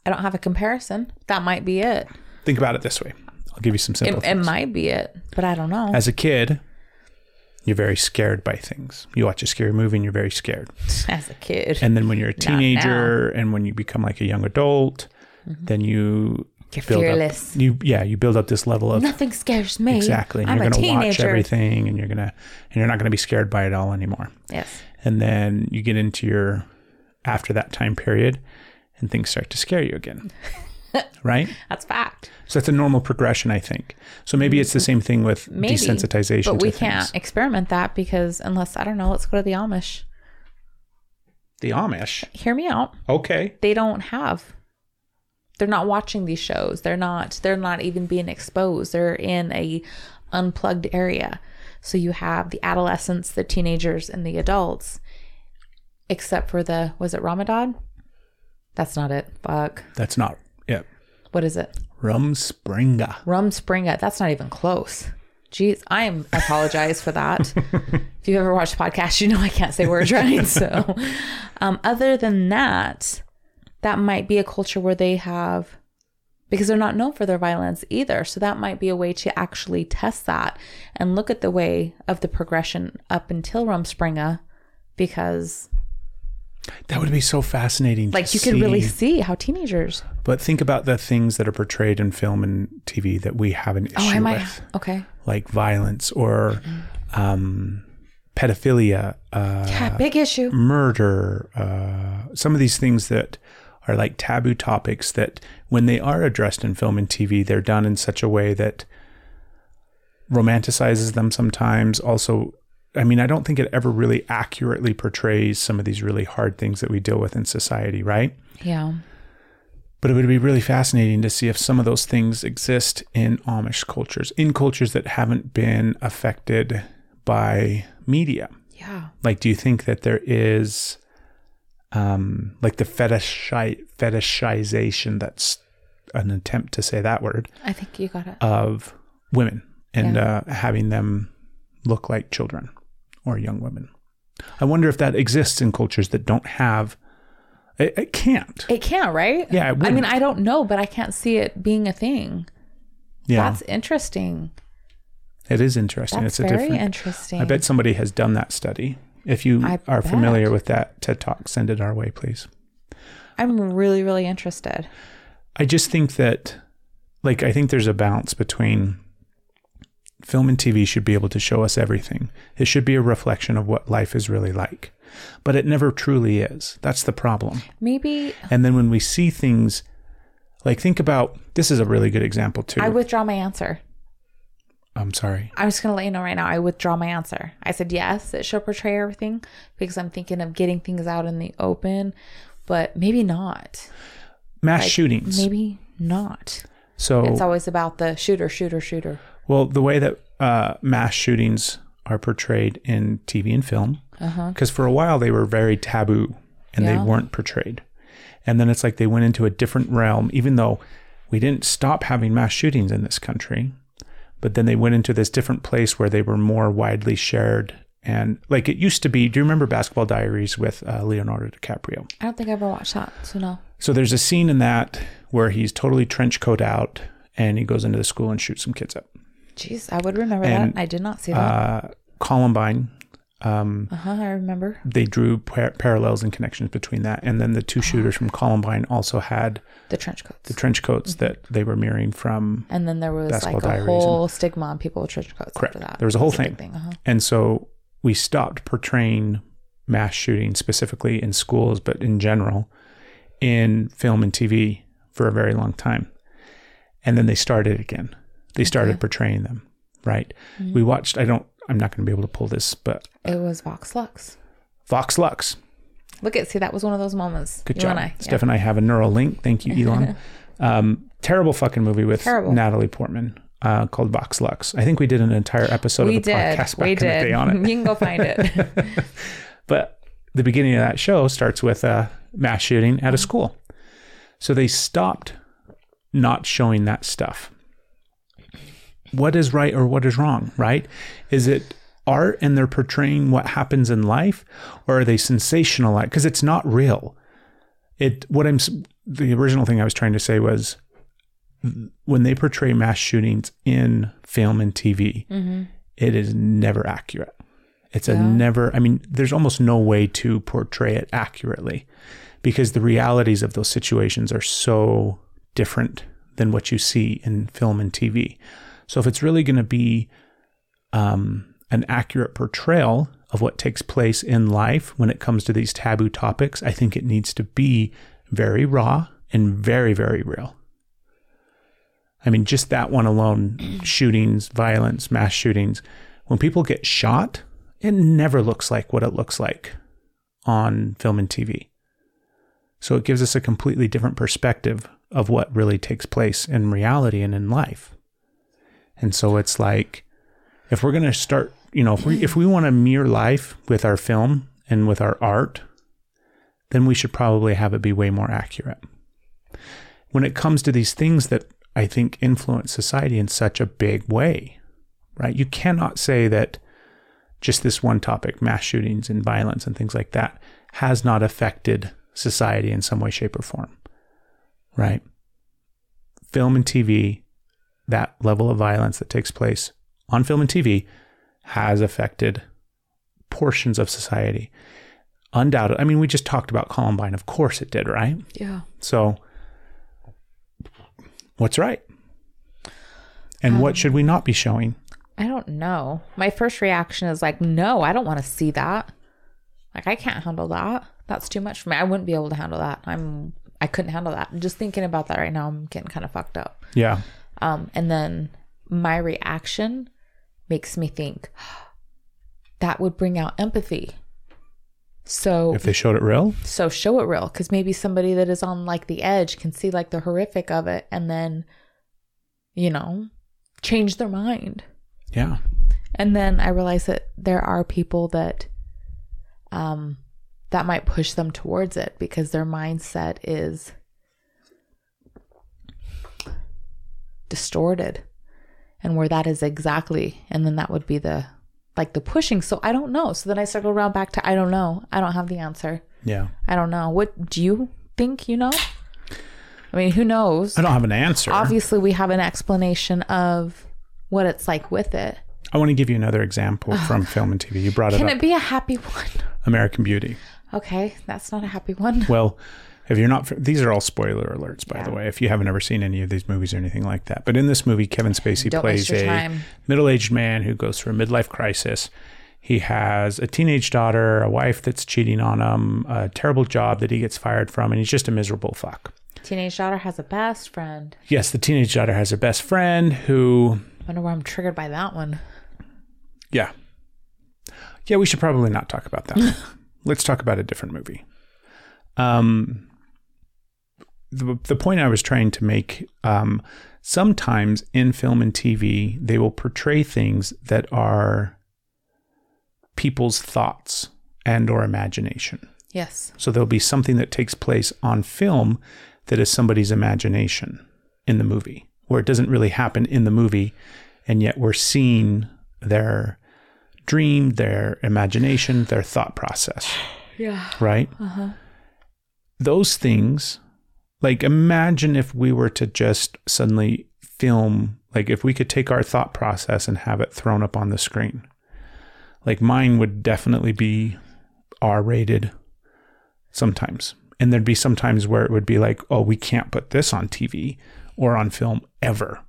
I don't have a comparison. That might be it.
Think about it this way. I'll give you some
It,
simple
it
things.
might be it, but I don't know.
As a kid, you're very scared by things. You watch a scary movie and you're very scared.
As a kid,
And then when you're a
now. Mm-hmm.
teenager and when you become like a young adult, then you
You're
build up-
fearless.
you yeah, you build up this level of
nothing scares me.
exactly. And
I'm
you're
a
gonna
teenager.
watch everything and you're gonna and you're not gonna be scared by it all anymore.
Yes.
And then you get into your after that time period and things start to scare you again. right?
That's fact.
So that's a normal progression, I think. So maybe it's the same thing with
Mm-hmm. Maybe.
desensitization.
But we
to
can't
Things.
experiment that because unless I don't know, let's go to the Amish.
The Amish.
Hear me out.
Okay.
They don't have. They're not watching these shows. They're not. They're not even being exposed. They're in a unplugged area. So you have the adolescents, the teenagers, and the adults. Except for the was it Ramadan? That's not it. Fuck.
That's not. Yeah.
What is it?
Rumspringa.
Rumspringa. uh, That's not even close. Jeez, I am apologize for that. if you ever watched podcasts, you know I can't say words right. So, um, other than that, that might be a culture where they have, because they're not known for their violence either. So that might be a way to actually test that and look at the way of the progression up until Rumspringa, because
That would be so fascinating. to
like you could really
see.
see how teenagers.
But think about the things that are portrayed in film and TV that we have an issue
Oh, I might. Mm-hmm.
with,
Okay.
like violence or um, pedophilia, uh,
Yeah, big issue.
murder. Uh, some of these things that are like taboo topics that, when they are addressed in film and TV, they're done in such a way that romanticizes them sometimes. Also, I mean, I don't think it ever really accurately portrays some of these really hard things that we deal with in society, right?
Yeah.
But it would be really fascinating to see if some of those things exist in Amish cultures, in cultures that haven't been affected by media.
Yeah.
Like, do you think that there is, um, like the fetishi- fetishization that's an attempt to say that word
I think you got it.
of women and uh, having them look like children or young women? I wonder if that exists in cultures that don't have. It, it can't.
It can, right?
Yeah, it
I mean,
wouldn't.
I don't know, but I can't see it being a thing.
yeah,
That's interesting.
it is interesting.
That's
it's a
very
different.
interesting.
I bet somebody has done that study. If you
I
are
bet.
familiar with that TED Talk, send it our way, please.
I'm really, really interested.
I just think that, like, I think there's a balance between film and TV should be able to show us everything. It should be a reflection of what life is really like, but it never truly is. That's the problem.
Maybe
And then when we see things, like, think about this is a really good example, too.
I withdraw my answer.
I'm sorry.
I was going to let you know right now, I withdraw my answer. I said yes, it should portray everything because I'm thinking of getting things out in the open, but maybe not.
Mass
Like,
shootings.
Maybe not.
so
It's always about the shooter, shooter, shooter.
Well, the way that uh, mass shootings are portrayed in TV and film, because for a while they were very taboo and
Yeah.
they weren't portrayed. And then it's like they went into a different realm, even though we didn't stop having mass shootings in this country. But then they went into this different place where they were more widely shared. And like it used to be, do you remember Basketball Diaries with uh, Leonardo DiCaprio?
I don't think I ever watched that, so no.
So there's a scene in that where he's totally trench coat out and he goes into the school and shoots some kids up.
Jeez, I would remember
And,
that. I did not see that.
uh, Columbine,
Uh huh. I remember.
they drew par- parallels and connections between that. And then the two shooters from Columbine also had
the trench coats.
the trench coats that they were mirroring from.
and then there was
Basketball
like a
Diaries
whole stigma on people with trench coats
Correct.
after that.
There was a whole
That's big
thing.
Uh-huh.
And so we stopped portraying mass shooting specifically in schools, but in general in film and TV for a very long time. And then they started again. They started portraying them, right? We watched, I don't, I'm not going to be able to pull this, but
It was Vox Lux.
Vox Lux.
Look at see that was one of those moments.
Good
you
job.
And I,
Steph and I have a neural link. Thank you, Elon. um, terrible fucking movie with
Terrible.
Natalie Portman uh, called Vox Lux. I think we did an entire episode
yeah. We
of the
did.
podcast back
We
in the
did.
day on it.
You can go find it.
But the beginning of that show starts with a mass shooting at a school. So they stopped not showing that stuff. What is right or what is wrong, right? Is it art and they're portraying what happens in life or are they sensationalized? Because it's not real. It what I'm s- the original thing I was trying to say was when they portray mass shootings in film and TV, it is never accurate. It's a never, I mean, there's almost no way to portray it accurately because the realities of those situations are so different than what you see in film and TV. So if it's really going to be um, an accurate portrayal of what takes place in life when it comes to these taboo topics, I think it needs to be very raw and very, very real. I mean, just that one alone shootings, violence, mass shootings. When people get shot, it never looks like what it looks like on film and TV. So it gives us a completely different perspective of what really takes place in reality and in life. And so it's like, if we're going to start, you know, if we, if we want to mirror life with our film and with our art, then we should probably have it be way more accurate when it comes to these things that I think influence society in such a big way, right? You cannot say that just this one topic, mass shootings and violence and things like that, has not affected society in some way, shape, or form, right? Film and TV, that level of violence that takes place on film and TV has affected portions of society. Undoubted. I mean, we just talked about Columbine. Of course it did, right?
yeah.
So, what's right? And what should we not be showing?
I don't know. My first reaction is like, no, I don't want to see that. Like I can't handle that. That's too much for me. I wouldn't be able to handle that. I'm I couldn't handle that. Just thinking about that right now, I'm getting kind of fucked up.
Yeah.
Um, and then my reaction makes me think that would bring out empathy. So
If they showed it real,
so show it real because maybe somebody that is on like the edge can see like the horrific of it and then, you know, change their mind.
yeah.
And then I realized that there are people that, um, that might push them towards it because their mindset is distorted and where that is exactly. And then that would be the, like the pushing. So I don't know. So then I circle around back to, I don't know. I don't have the answer.
Yeah.
I don't know. What do you think you know? I mean, who knows?
I don't have an answer.
Obviously, we have an explanation of what it's like with it.
I want to give you another example from film and TV. You brought
Can
it up
it be a happy one?
American Beauty.
Okay, that's not a happy one.
Well, if you're not, these are all spoiler alerts, by the way, if you haven't ever seen any of these movies or anything like that. But in this movie, Kevin Spacey
Don't waste
plays
your
a
time.
middle aged man who goes through a midlife crisis. He has a teenage daughter, a wife that's cheating on him, a terrible job that he gets fired from, and he's just a miserable fuck.
Teenage daughter has a best friend.
Yes, the teenage daughter has her best friend who
wonder why I'm triggered by that one.
Yeah. Yeah, we should probably not talk about that. Let's talk about a different movie. Um, the, the point I was trying to make um, sometimes in film and TV, they will portray things that are people's thoughts and or imagination.
Yes.
So there'll be something that takes place on film that is somebody's imagination in the movie, where it doesn't really happen in the movie, and yet we're seeing their dream, their imagination, their thought process,
Yeah.
right?
Uh-huh.
Those things, like imagine if we were to just suddenly film, like if we could take our thought process and have it thrown up on the screen. Like mine would definitely be R rated sometimes. And there'd be some times where it would be like, oh, we can't put this on TV or on film ever.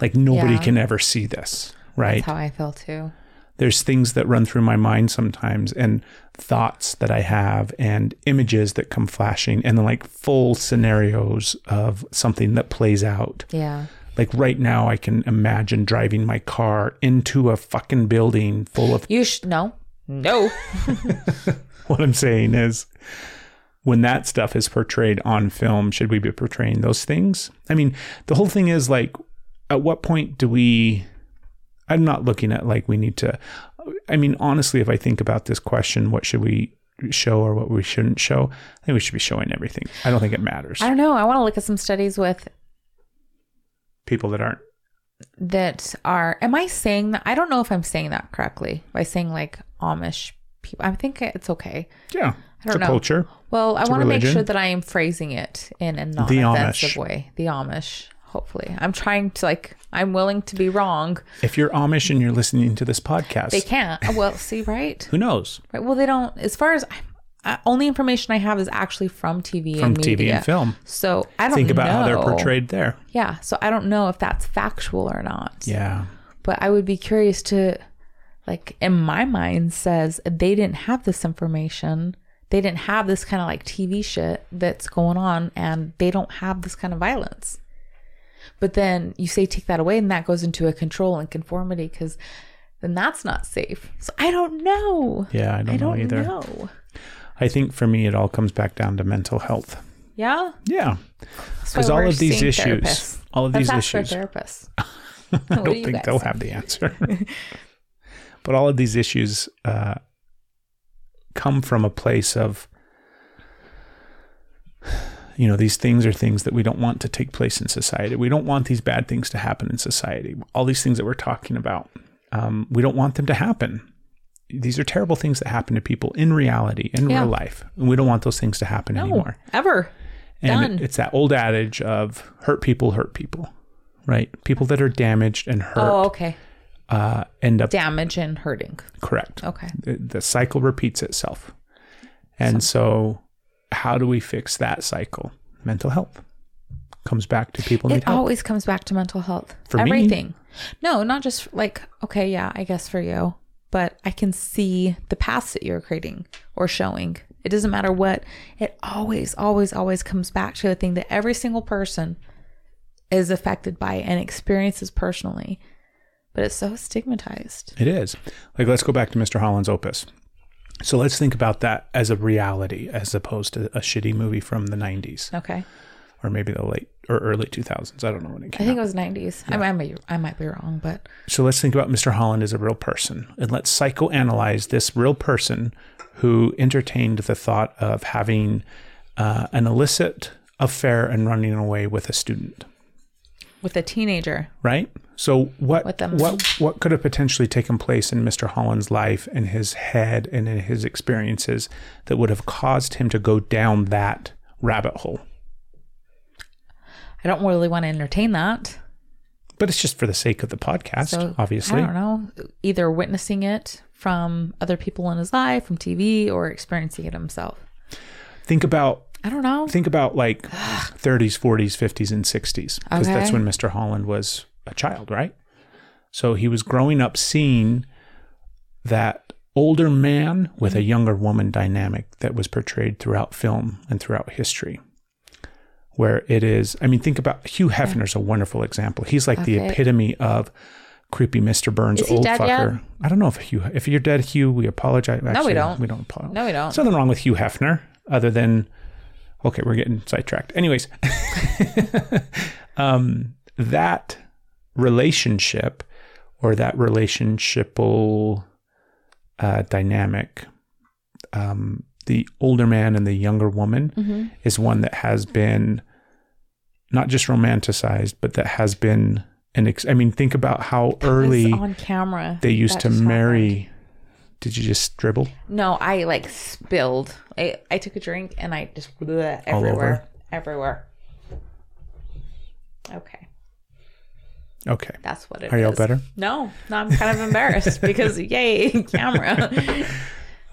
Like nobody
Yeah.
can ever see this, right?
That's how I feel too.
There's things that run through my mind sometimes and thoughts that I have and images that come flashing and then like full scenarios of something that plays out.
Yeah.
Like right now, I can imagine driving my car into a fucking building full of
You should no. No.
what I'm saying is when that stuff is portrayed on film, should we be portraying those things? I mean, the whole thing is like, at what point do we? I'm not looking at like we need to. I mean, honestly, if I think about this question, what should we show or what we shouldn't show? I think we should be showing everything. I don't think it matters.
I don't know. I want to look at some studies with
People that aren't.
that are am I saying that I don't know if I'm saying that correctly by saying like Amish people. I think it's okay.
Yeah. it's a
don't know.
culture.
Well, I
It's a
want to make
religion.
sure that I am phrasing it in a
Amish.
non-offensive way. The Amish, hopefully. I'm trying to like I'm willing to be wrong.
If you're Amish and you're listening to this podcast,
They can't. Oh, Well, see, right?
who knows?
Right. Well, they don't. As far as I, only information I have is actually from TV
From
and media.
TV and film.
So I don't
Think about how they're
know.
portrayed there.
Yeah. So I don't know if that's factual or not.
Yeah.
But I would be curious to, like, in my mind, says they didn't have this information. They didn't have this kind of like TV shit that's going on, and they don't have this kind of violence. But then you say take that away, and that goes into a control and conformity because then that's not safe. So I don't know.
Yeah. I don't,
I don't
know either.
know.
I think for me, it all comes back down to mental health.
Yeah,
Yeah.
That's
'Cause
why
all
we're
of these
seeing
issues-
therapists.
all of
Let's
these
ask for a
issues-
therapist.
I don't think they'll have the answer. but all of these issues uh, come from a place of, you know, these things are things that we don't want to take place in society. We don't want these bad things to happen in society. All these things that we're talking about, um, we don't want them to happen. These are terrible things that happen to people in reality, in
Yeah.
real life. And we don't want those things to happen
No,
anymore.
Oh, ever.
And
Done.
it- it's that old adage of hurt people hurt people, right? People that are damaged and hurt
Oh, okay.
uh, end up
Damage and hurting.
correct.
Okay.
The, the cycle repeats itself. And so, how do we fix that cycle? Mental health comes back to people need
It
help.
always comes back to mental health.
For me.
Everything. No, not just like, okay, yeah, I guess for you, but I can see the past that you're creating or showing. It doesn't matter what. It always, always, always comes back to the thing that every single person is affected by and experiences personally. But it's so stigmatized.
It is. Like, let's go back to Mr. Holland's opus. So, let's think about that as a reality as opposed to a shitty movie from the 90s
Okay.
or maybe the late or early 2000s. I don't know when it came
I think it was 90s. I, might be, I might be wrong, but
So let's think about Mr. Holland as a real person and let's psychoanalyze this real person who entertained the thought of having uh, an illicit affair and running away with a student,
with a teenager.
right? So what
With them.
what what could have potentially taken place in Mr. Holland's life and his head and in his experiences that would have caused him to go down that rabbit hole?
I don't really want to entertain that.
But it's just for the sake of the podcast,
So
obviously.
I don't know. Either witnessing it from other people in his life, from TV, or experiencing it himself.
Think about
I don't know.
think about like 30s, 40s, 50s, and 60s because that's
Okay.
when Mr. Holland was a child, right? So he was growing up seeing that older man with a younger woman dynamic that was portrayed throughout film and throughout history. Where it is, I mean, think about Hugh Hefner's a wonderful example. He's like the
Okay.
epitome of creepy Mr. Burns
Is he
old
dead yet?
fucker. I don't know if Hugh if you're dead, Hugh, we apologize. Actually,
don't.
We don't apologize.
No, we don't.
There's nothing wrong with Hugh Hefner other than okay, we're getting sidetracked. Anyways, um, that relationship or that relationshipal uh, dynamic, um, the older man and the younger woman
Mm-hmm.
is one that has been not just romanticized, but that has been an. Ex- I mean, think about how early
It's on camera.
they used
That
to
just happened.
marry. Did you just dribble?
No, I like spilled. I, I took a drink and I just bleh,
All over?
everywhere, everywhere. Okay,
Okay.
that's what it is.
Are y'all better?
No, no, I'm kind of embarrassed because yay camera.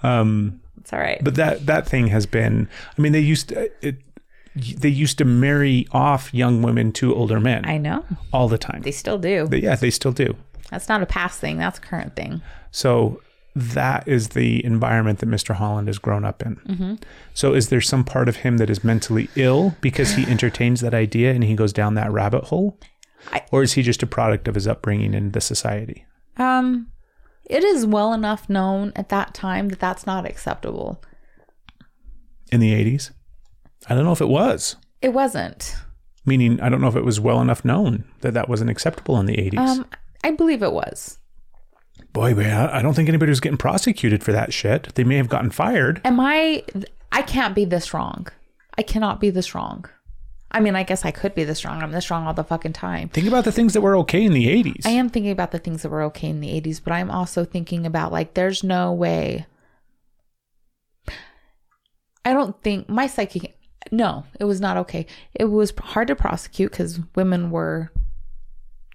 Um,
It's all right.
but that that thing has been. I mean, they used to, it. They used to marry off young women to older men
I know
all the time.
they still do.
But yeah, they still do.
That's not a past thing. That's a current thing.
So that is the environment that Mr. Holland has grown up in.
Mm-hmm.
So is there some part of him that is mentally ill because he entertains that idea and he goes down that rabbit hole?
I-
or is he just a product of his upbringing in the society?
Um, it is well enough known at that time that that's not acceptable.
In the 80s? I don't know if it was.
It wasn't.
Meaning, I don't know if it was well enough known that that wasn't acceptable in the 80s.
Um, I believe it was.
Boy, man, I I don't think anybody was getting prosecuted for that shit. They may have gotten fired.
Am I? I can't be this wrong. I cannot be this wrong. I mean, I guess I could be this wrong. I'm this wrong all the fucking time.
Think about the things that were okay in the 80s.
I am thinking about the things that were okay in the 80s, but I'm also thinking about like, there's no way. I don't think my psyche, no, it was not okay. It was hard to prosecute because women were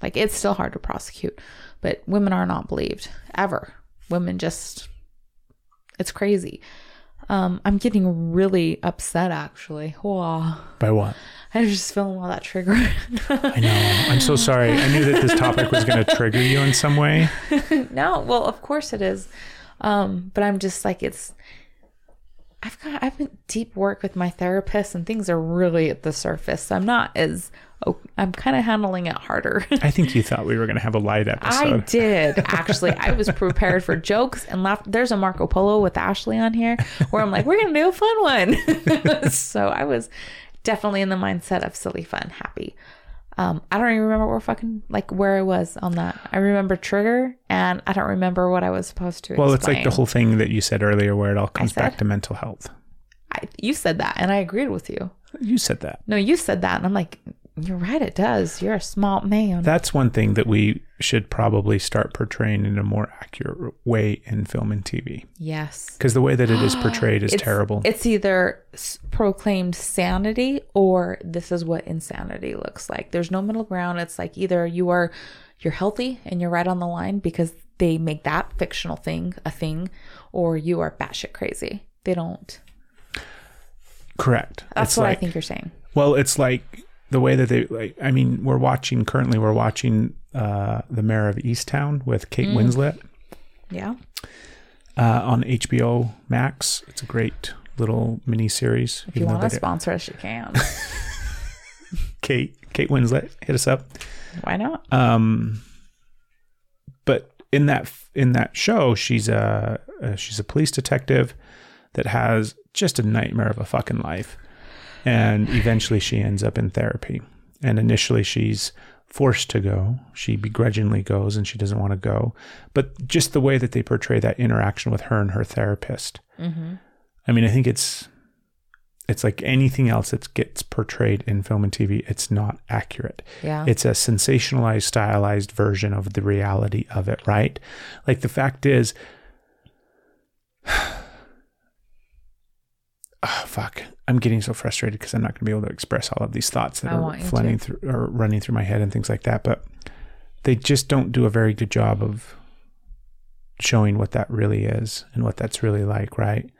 like, it's still hard to prosecute, but women are not believed ever. Women just, it's crazy. Um, I'm getting really upset actually. Wow.
By what?
I was just feeling all that trigger.
I know. I'm so sorry. I knew that this topic was going to trigger you in some way.
no well of course it is um but i'm just like it's i've got i've been deep work with my therapist and things are really at the surface so i'm not as oh, i'm kind of handling it harder
I think you thought we were going to have a light
I
episode.
did actually. I was prepared for jokes and laughter. There's a Marco Polo with Ashley on here where I'm like, we're gonna do a fun one. so I was definitely in the mindset of silly, fun, happy. Um, I don't even remember where fucking like where I was on that. I remember trigger, and I don't remember what I was supposed to.
well, it's like the
explain.
whole thing that you said earlier where it all comes
said-
back to mental health.
I, you said that, and I agreed with you.
You said that.
No, you said that, and I'm like, you're right. It does. You're a small man.
That's one thing that we should probably start portraying in a more accurate way in film and TV
yes.
because the way that it is portrayed is
it's-
terrible.
It's either s- proclaimed sanity or this is what insanity looks like. There's no middle ground. It's like either you are you're healthy and you're right on the line because they make that fictional thing a thing, or you are batshit crazy. They don't.
Correct.
That's
it's
what
like,
I think you're saying.
Well, it's like the way that they like. I mean, we're watching currently. We're watching uh, the Mayor of Easttown with
Mm.
Kate Winslet.
Yeah.
uh, on HBO Max. It's a great little mini series.
If you want to sponsor us, you can.
Kate Kate Winslet hit us up.
Why not?
Um, but in that in that show, she's a, uh she's a police detective that has just a nightmare of a fucking life, and eventually she ends up in therapy. And initially, she's forced to go. She begrudgingly goes, and she doesn't want to go. But just the way that they portray that interaction with her and her therapist, I mean, I think it's it's like anything else that gets portrayed in film and TV. It's not accurate.
Yeah.
It's a sensationalized, stylized version of the reality of it, right? Like the fact is, oh, fuck, I'm getting so frustrated because I'm not going to be able to express all of these thoughts that
I
are
want you to.
flooding through or running through my head and things like that. But they just don't do a very good job of showing what that really is and what that's really like, right?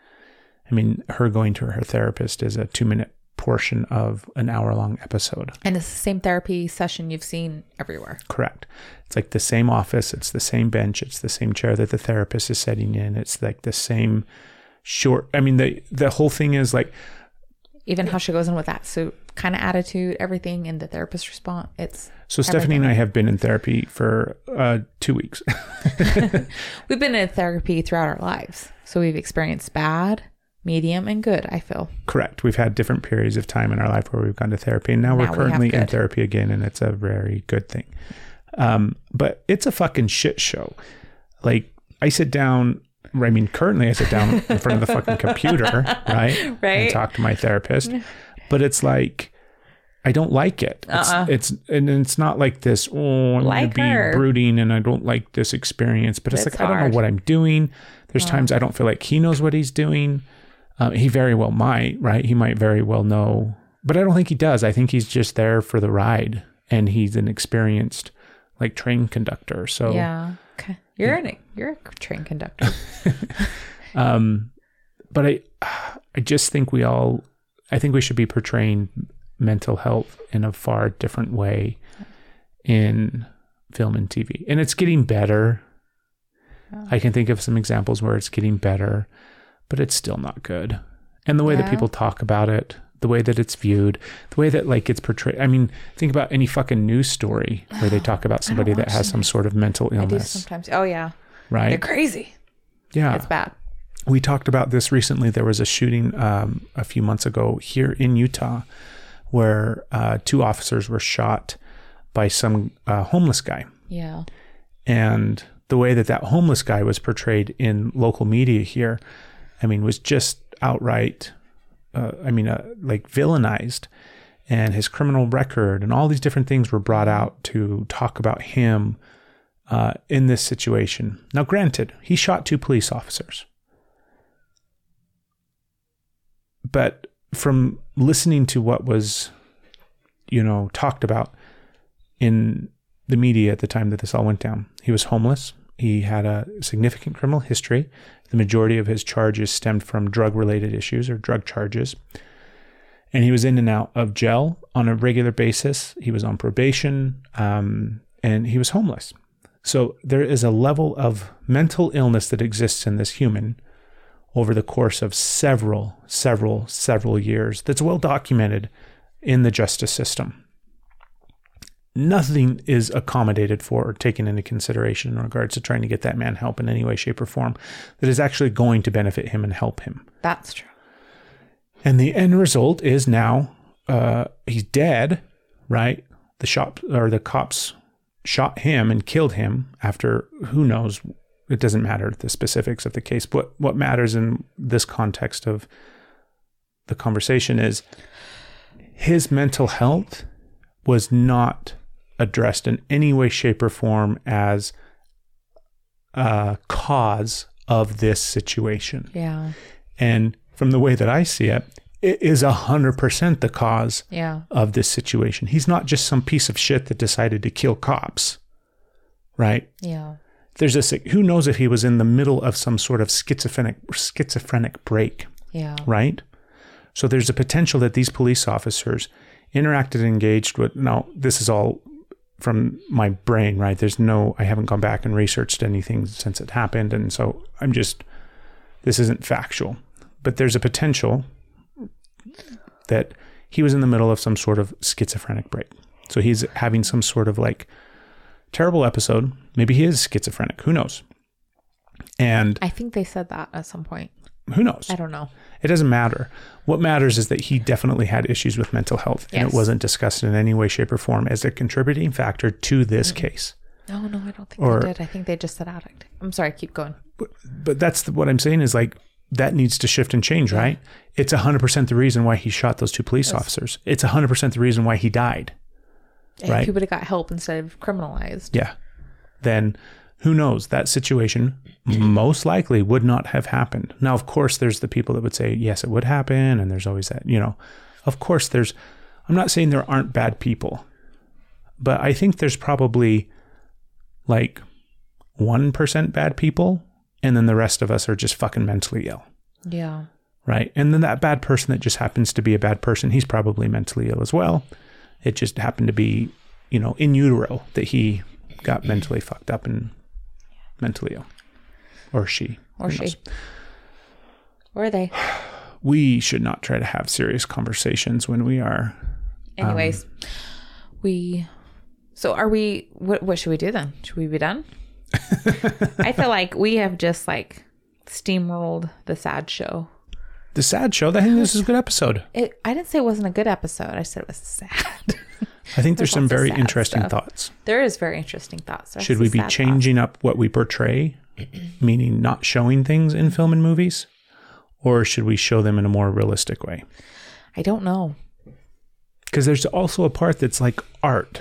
I mean, her going to her therapist is a two minute portion of an hour long episode.
And it's the same therapy session you've seen everywhere.
Correct. It's like the same office, it's the same bench, it's the same chair that the therapist is sitting in. It's like the same short. I mean, the the whole thing is like
even how she goes in with that suit kind of attitude, everything, and the therapist response. It's
So Stephanie and I have been in therapy for uh, two weeks.
we've been in therapy throughout our lives, so we've experienced bad, medium, and good. I feel
Correct. We've had different periods of time in our life where we've gone to therapy, and now,
Now
we're
we have
currently in
good.
therapy again, and it's a very good thing. Um, but it's a fucking shit show. Like I sit down. I mean, currently I sit down in front of the fucking computer, right?
Right.
And talk to my therapist. But it's like I don't like it. It's, it's and it's not like this. Oh, I'm
Uh-uh. Like
gonna be
her.
brooding, and I don't like this experience. But it's,
It's
like I don't
hard. Mm.
know what I'm doing. There's times I don't feel like he knows what he's doing. Um, he very well might, right? He might very well know, but I don't think he does. I think he's just there for the ride, and he's an experienced, like train conductor. So
yeah. Okay, you're an you're a train conductor.
Um, but I, I just think we all, I think we should be portraying mental health in a far different way in film and TV, and it's getting better. I can think of some examples where it's getting better, but it's still not good. And the way that
Yeah.
people talk about it, the way that it's viewed, the way that like it's portrayed. I mean, think about any fucking news story where they talk about somebody that has some sort of mental
I do
illness,
sometimes. Oh yeah, they're
right?
crazy.
Yeah.
It's bad.
we talked about this recently. There was a shooting um, a few months ago here in Utah where uh, two officers were shot by some uh, homeless guy.
Yeah.
And the way that that homeless guy was portrayed in local media here, I mean, was just outright, uh, I mean, uh, like villainized. And his criminal record and all these different things were brought out to talk about him uh, in this situation. Now, granted, he shot two police officers. but from listening to what was you know talked about in the media at the time that this all went down he was homeless he had a significant criminal history the majority of his charges stemmed from drug related issues or drug charges and he was in and out of jail on a regular basis he was on probation um, and he was homeless so there is a level of mental illness that exists in this human over the course of several, several, several years that's well documented in the justice system. Nothing is accommodated for or taken into consideration in regards to trying to get that man help in any way, shape, or form that is actually going to benefit him and help him.
That's true.
And the end result is now uh, he's dead, right? The shop or the cops shot him and killed him after who knows. It doesn't matter the specifics of the case. What what matters in this context of the conversation is his mental health was not addressed in any way, shape, or form as a cause of this situation.
Yeah.
And from the way that I see it, it is 100% the cause
Yeah.
of this situation. He's not just some piece of shit that decided to kill cops, right?
Yeah.
There's this, who knows if he was in the middle of some sort of schizophrenic, schizophrenic break,
Yeah.
right? So there's a potential that these police officers interacted and engaged with. Now, this is all from my brain, right? There's no, I haven't gone back and researched anything since it happened. And so I'm just, this isn't factual, but there's a potential that he was in the middle of some sort of schizophrenic break. So he's having some sort of like terrible episode. Maybe he is schizophrenic. Who knows? And
I think they said that at some point.
who knows?
I don't know.
It doesn't matter. What matters is that he definitely had issues with mental health, and
Yes.
it wasn't discussed in any way, shape, or form as a contributing factor to this case.
No, no, I don't think
Or-
they did. I think they just said addict. I'm sorry, keep going.
But that's the, what I'm saying is like that needs to shift and change, right? It's 100% the reason why he shot those two police officers. It's 100% the reason why he died.
If
Right.
he would have got help instead of criminalized.
Yeah. Then who knows? That situation most likely would not have happened. Now, of course, there's the people that would say, yes, it would happen. And there's always that, you know, of course, there's, I'm not saying there aren't bad people, but I think there's probably like 1% bad people. And then the rest of us are just fucking mentally ill.
Yeah.
Right. And then that bad person that just happens to be a bad person, he's probably mentally ill as well. It just happened to be, you know, in utero that he got mentally fucked up and mentally ill. Or she.
Or
Who
she.
knows?
Or they.
we should not try to have serious conversations when we are.
Anyways, we. So are we? What, what should we do then? Should we be done? I feel like we have just like steamrolled the sad show.
The sad show. I think this is a good episode.
It, I didn't say it wasn't a good episode. I said it was sad.
I think there's,
There's
some
lots of
very
sad
interesting
stuff.
thoughts.
there is very interesting thoughts. There's
Should
some
we be
sad
changing up what we portray, meaning not showing things in film and movies, or should we show them in a more realistic way?
thoughts. I don't know.
Because there's also a part that's like art.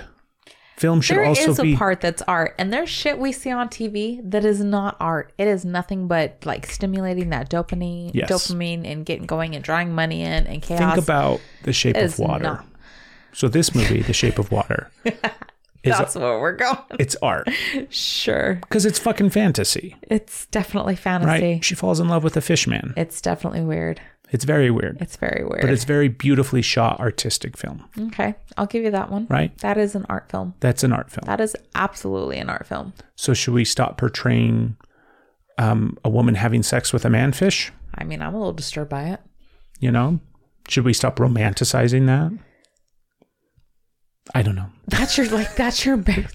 Film should
There is
also
a
be
part that's art, and there's shit we see on TV that is not art. It is nothing but like stimulating that dopamine,
Yes.
dopamine, and getting going and drawing money in and chaos.
think about the shape
It
of
is
water.
not-
So this movie, The Shape of Water, is
that's where we're going.
it's art
Sure,
because it's fucking fantasy,
it's definitely
right?
fantasy.
She falls in love with a fish man.
It's definitely weird.
It's very weird,
It's very weird.
but it's very beautifully shot artistic film,
okay, I'll give you that one.
right?
That is an art film.
That's an art film.
That is absolutely an art film.
So should we stop portraying um, a woman having sex with a manfish?
I mean, I'm a little disturbed by it.
You know, should we stop romanticizing that? I don't know.
That's your like. That's your. Ba-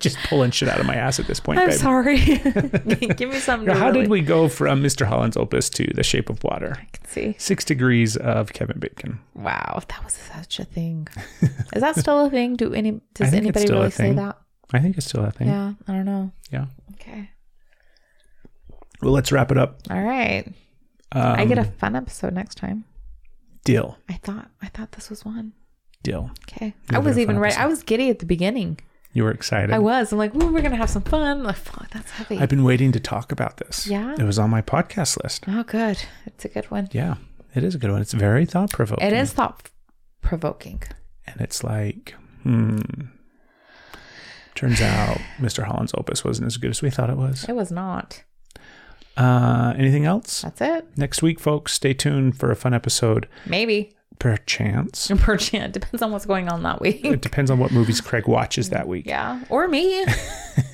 Just pulling shit out of my ass at this point,
I'm
babe.
sorry. give me something. to
How
really
did we go from Mr. Holland's Opus to The Shape of Water?
see?
Six degrees of Kevin Bacon.
Wow, that was such a thing. Is that still a thing? Do any
I think
does
it's
anybody
still a
really say
thing. Mm-hmm.
that?
I think it's still a thing.
Yeah, I don't know.
Yeah.
Okay,
Well, let's wrap it up.
all right. I get a
Um,
fun episode next time.
Deal.
I thought I thought this was one.
Deal.
Okay,
You'll
I
get
was
a
even
fun
ready. I was giddy at the beginning.
You were excited.
I was. I'm like, Ooh, we're gonna have some fun. Like, fuck, that's heavy.
I've been waiting to talk about this.
Yeah?
It was on my podcast list.
oh, good. It's a good one.
Yeah. It is a good one. It's very thought provoking.
It is thought provoking.
And it's like, hmm. Turns out Mr. Holland's Opus wasn't as good as we thought it was.
It was not.
Uh, anything else?
That's it.
Next week, folks, stay tuned for a fun episode,
Maybe.
perchance.
Perchance depends on what's going on that week.
It depends on what movies Craig watches that week.
Yeah, or me.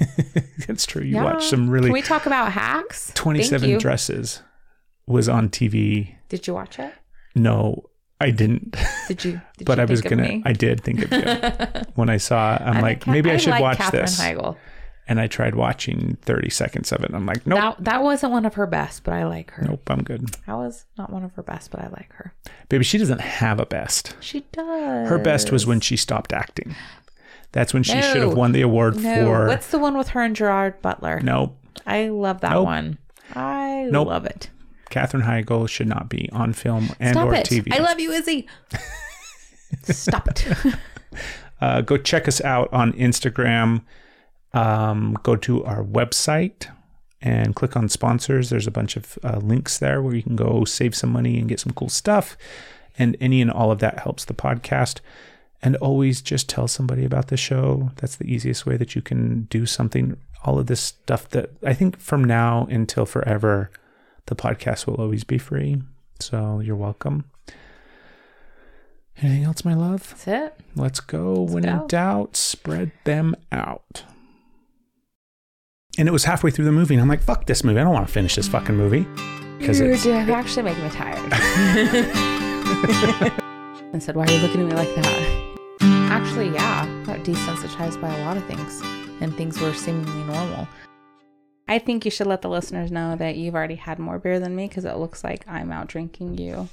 That's true. You
Yeah.
watch some
Can
really
we talk about hacks? Thank
27
you.
Dresses was on TV.
Did you watch it? No,
No, I didn't,
Did you? Did
but
you
I was
think of
gonna.
me?
I did think of you when I saw it. I'm
I
like,
Ca-
maybe I, should
like
watch
Katherine
this.
Heigl.
And I tried watching 30 seconds of it. and I'm like, nope,
That that wasn't one of her best, but I like her.
nope, I'm good.
That was not one of her best, but I like her.
Baby, she doesn't have a best.
She does.
Her best was when she stopped acting. That's when she should have
No.
won the award
No,
for.
what's the one with her and Gerard Butler?
Nope.
I love that
Nope.
one. I
Nope.
love it.
Katherine Heigl should not be on film and
Stop
or
it!
TV.
I love you, Izzy. Stop it.
uh, go check us out on Instagram. Um, go to our website and click on sponsors. There's a bunch of uh, links there where you can go save some money and get some cool stuff. And any and all of that helps the podcast. And always just tell somebody about the show. That's the easiest way that you can do something. All of this stuff that I think from now until forever, the podcast will always be free. So you're welcome. Anything else, my love?
That's it.
Let's go. when
go.
in doubt, spread them out. And it was halfway through the movie, and I'm like, fuck this movie. I don't want to finish this fucking movie. Because
You're
it's.
Mm. doing- you're actually making me tired. and said, Why are you looking at me like that? Actually, yeah, I got desensitized by a lot of things, and things were seemingly normal. I think you should let the listeners know that you've already had more beer than me because it looks like I'm out drinking you.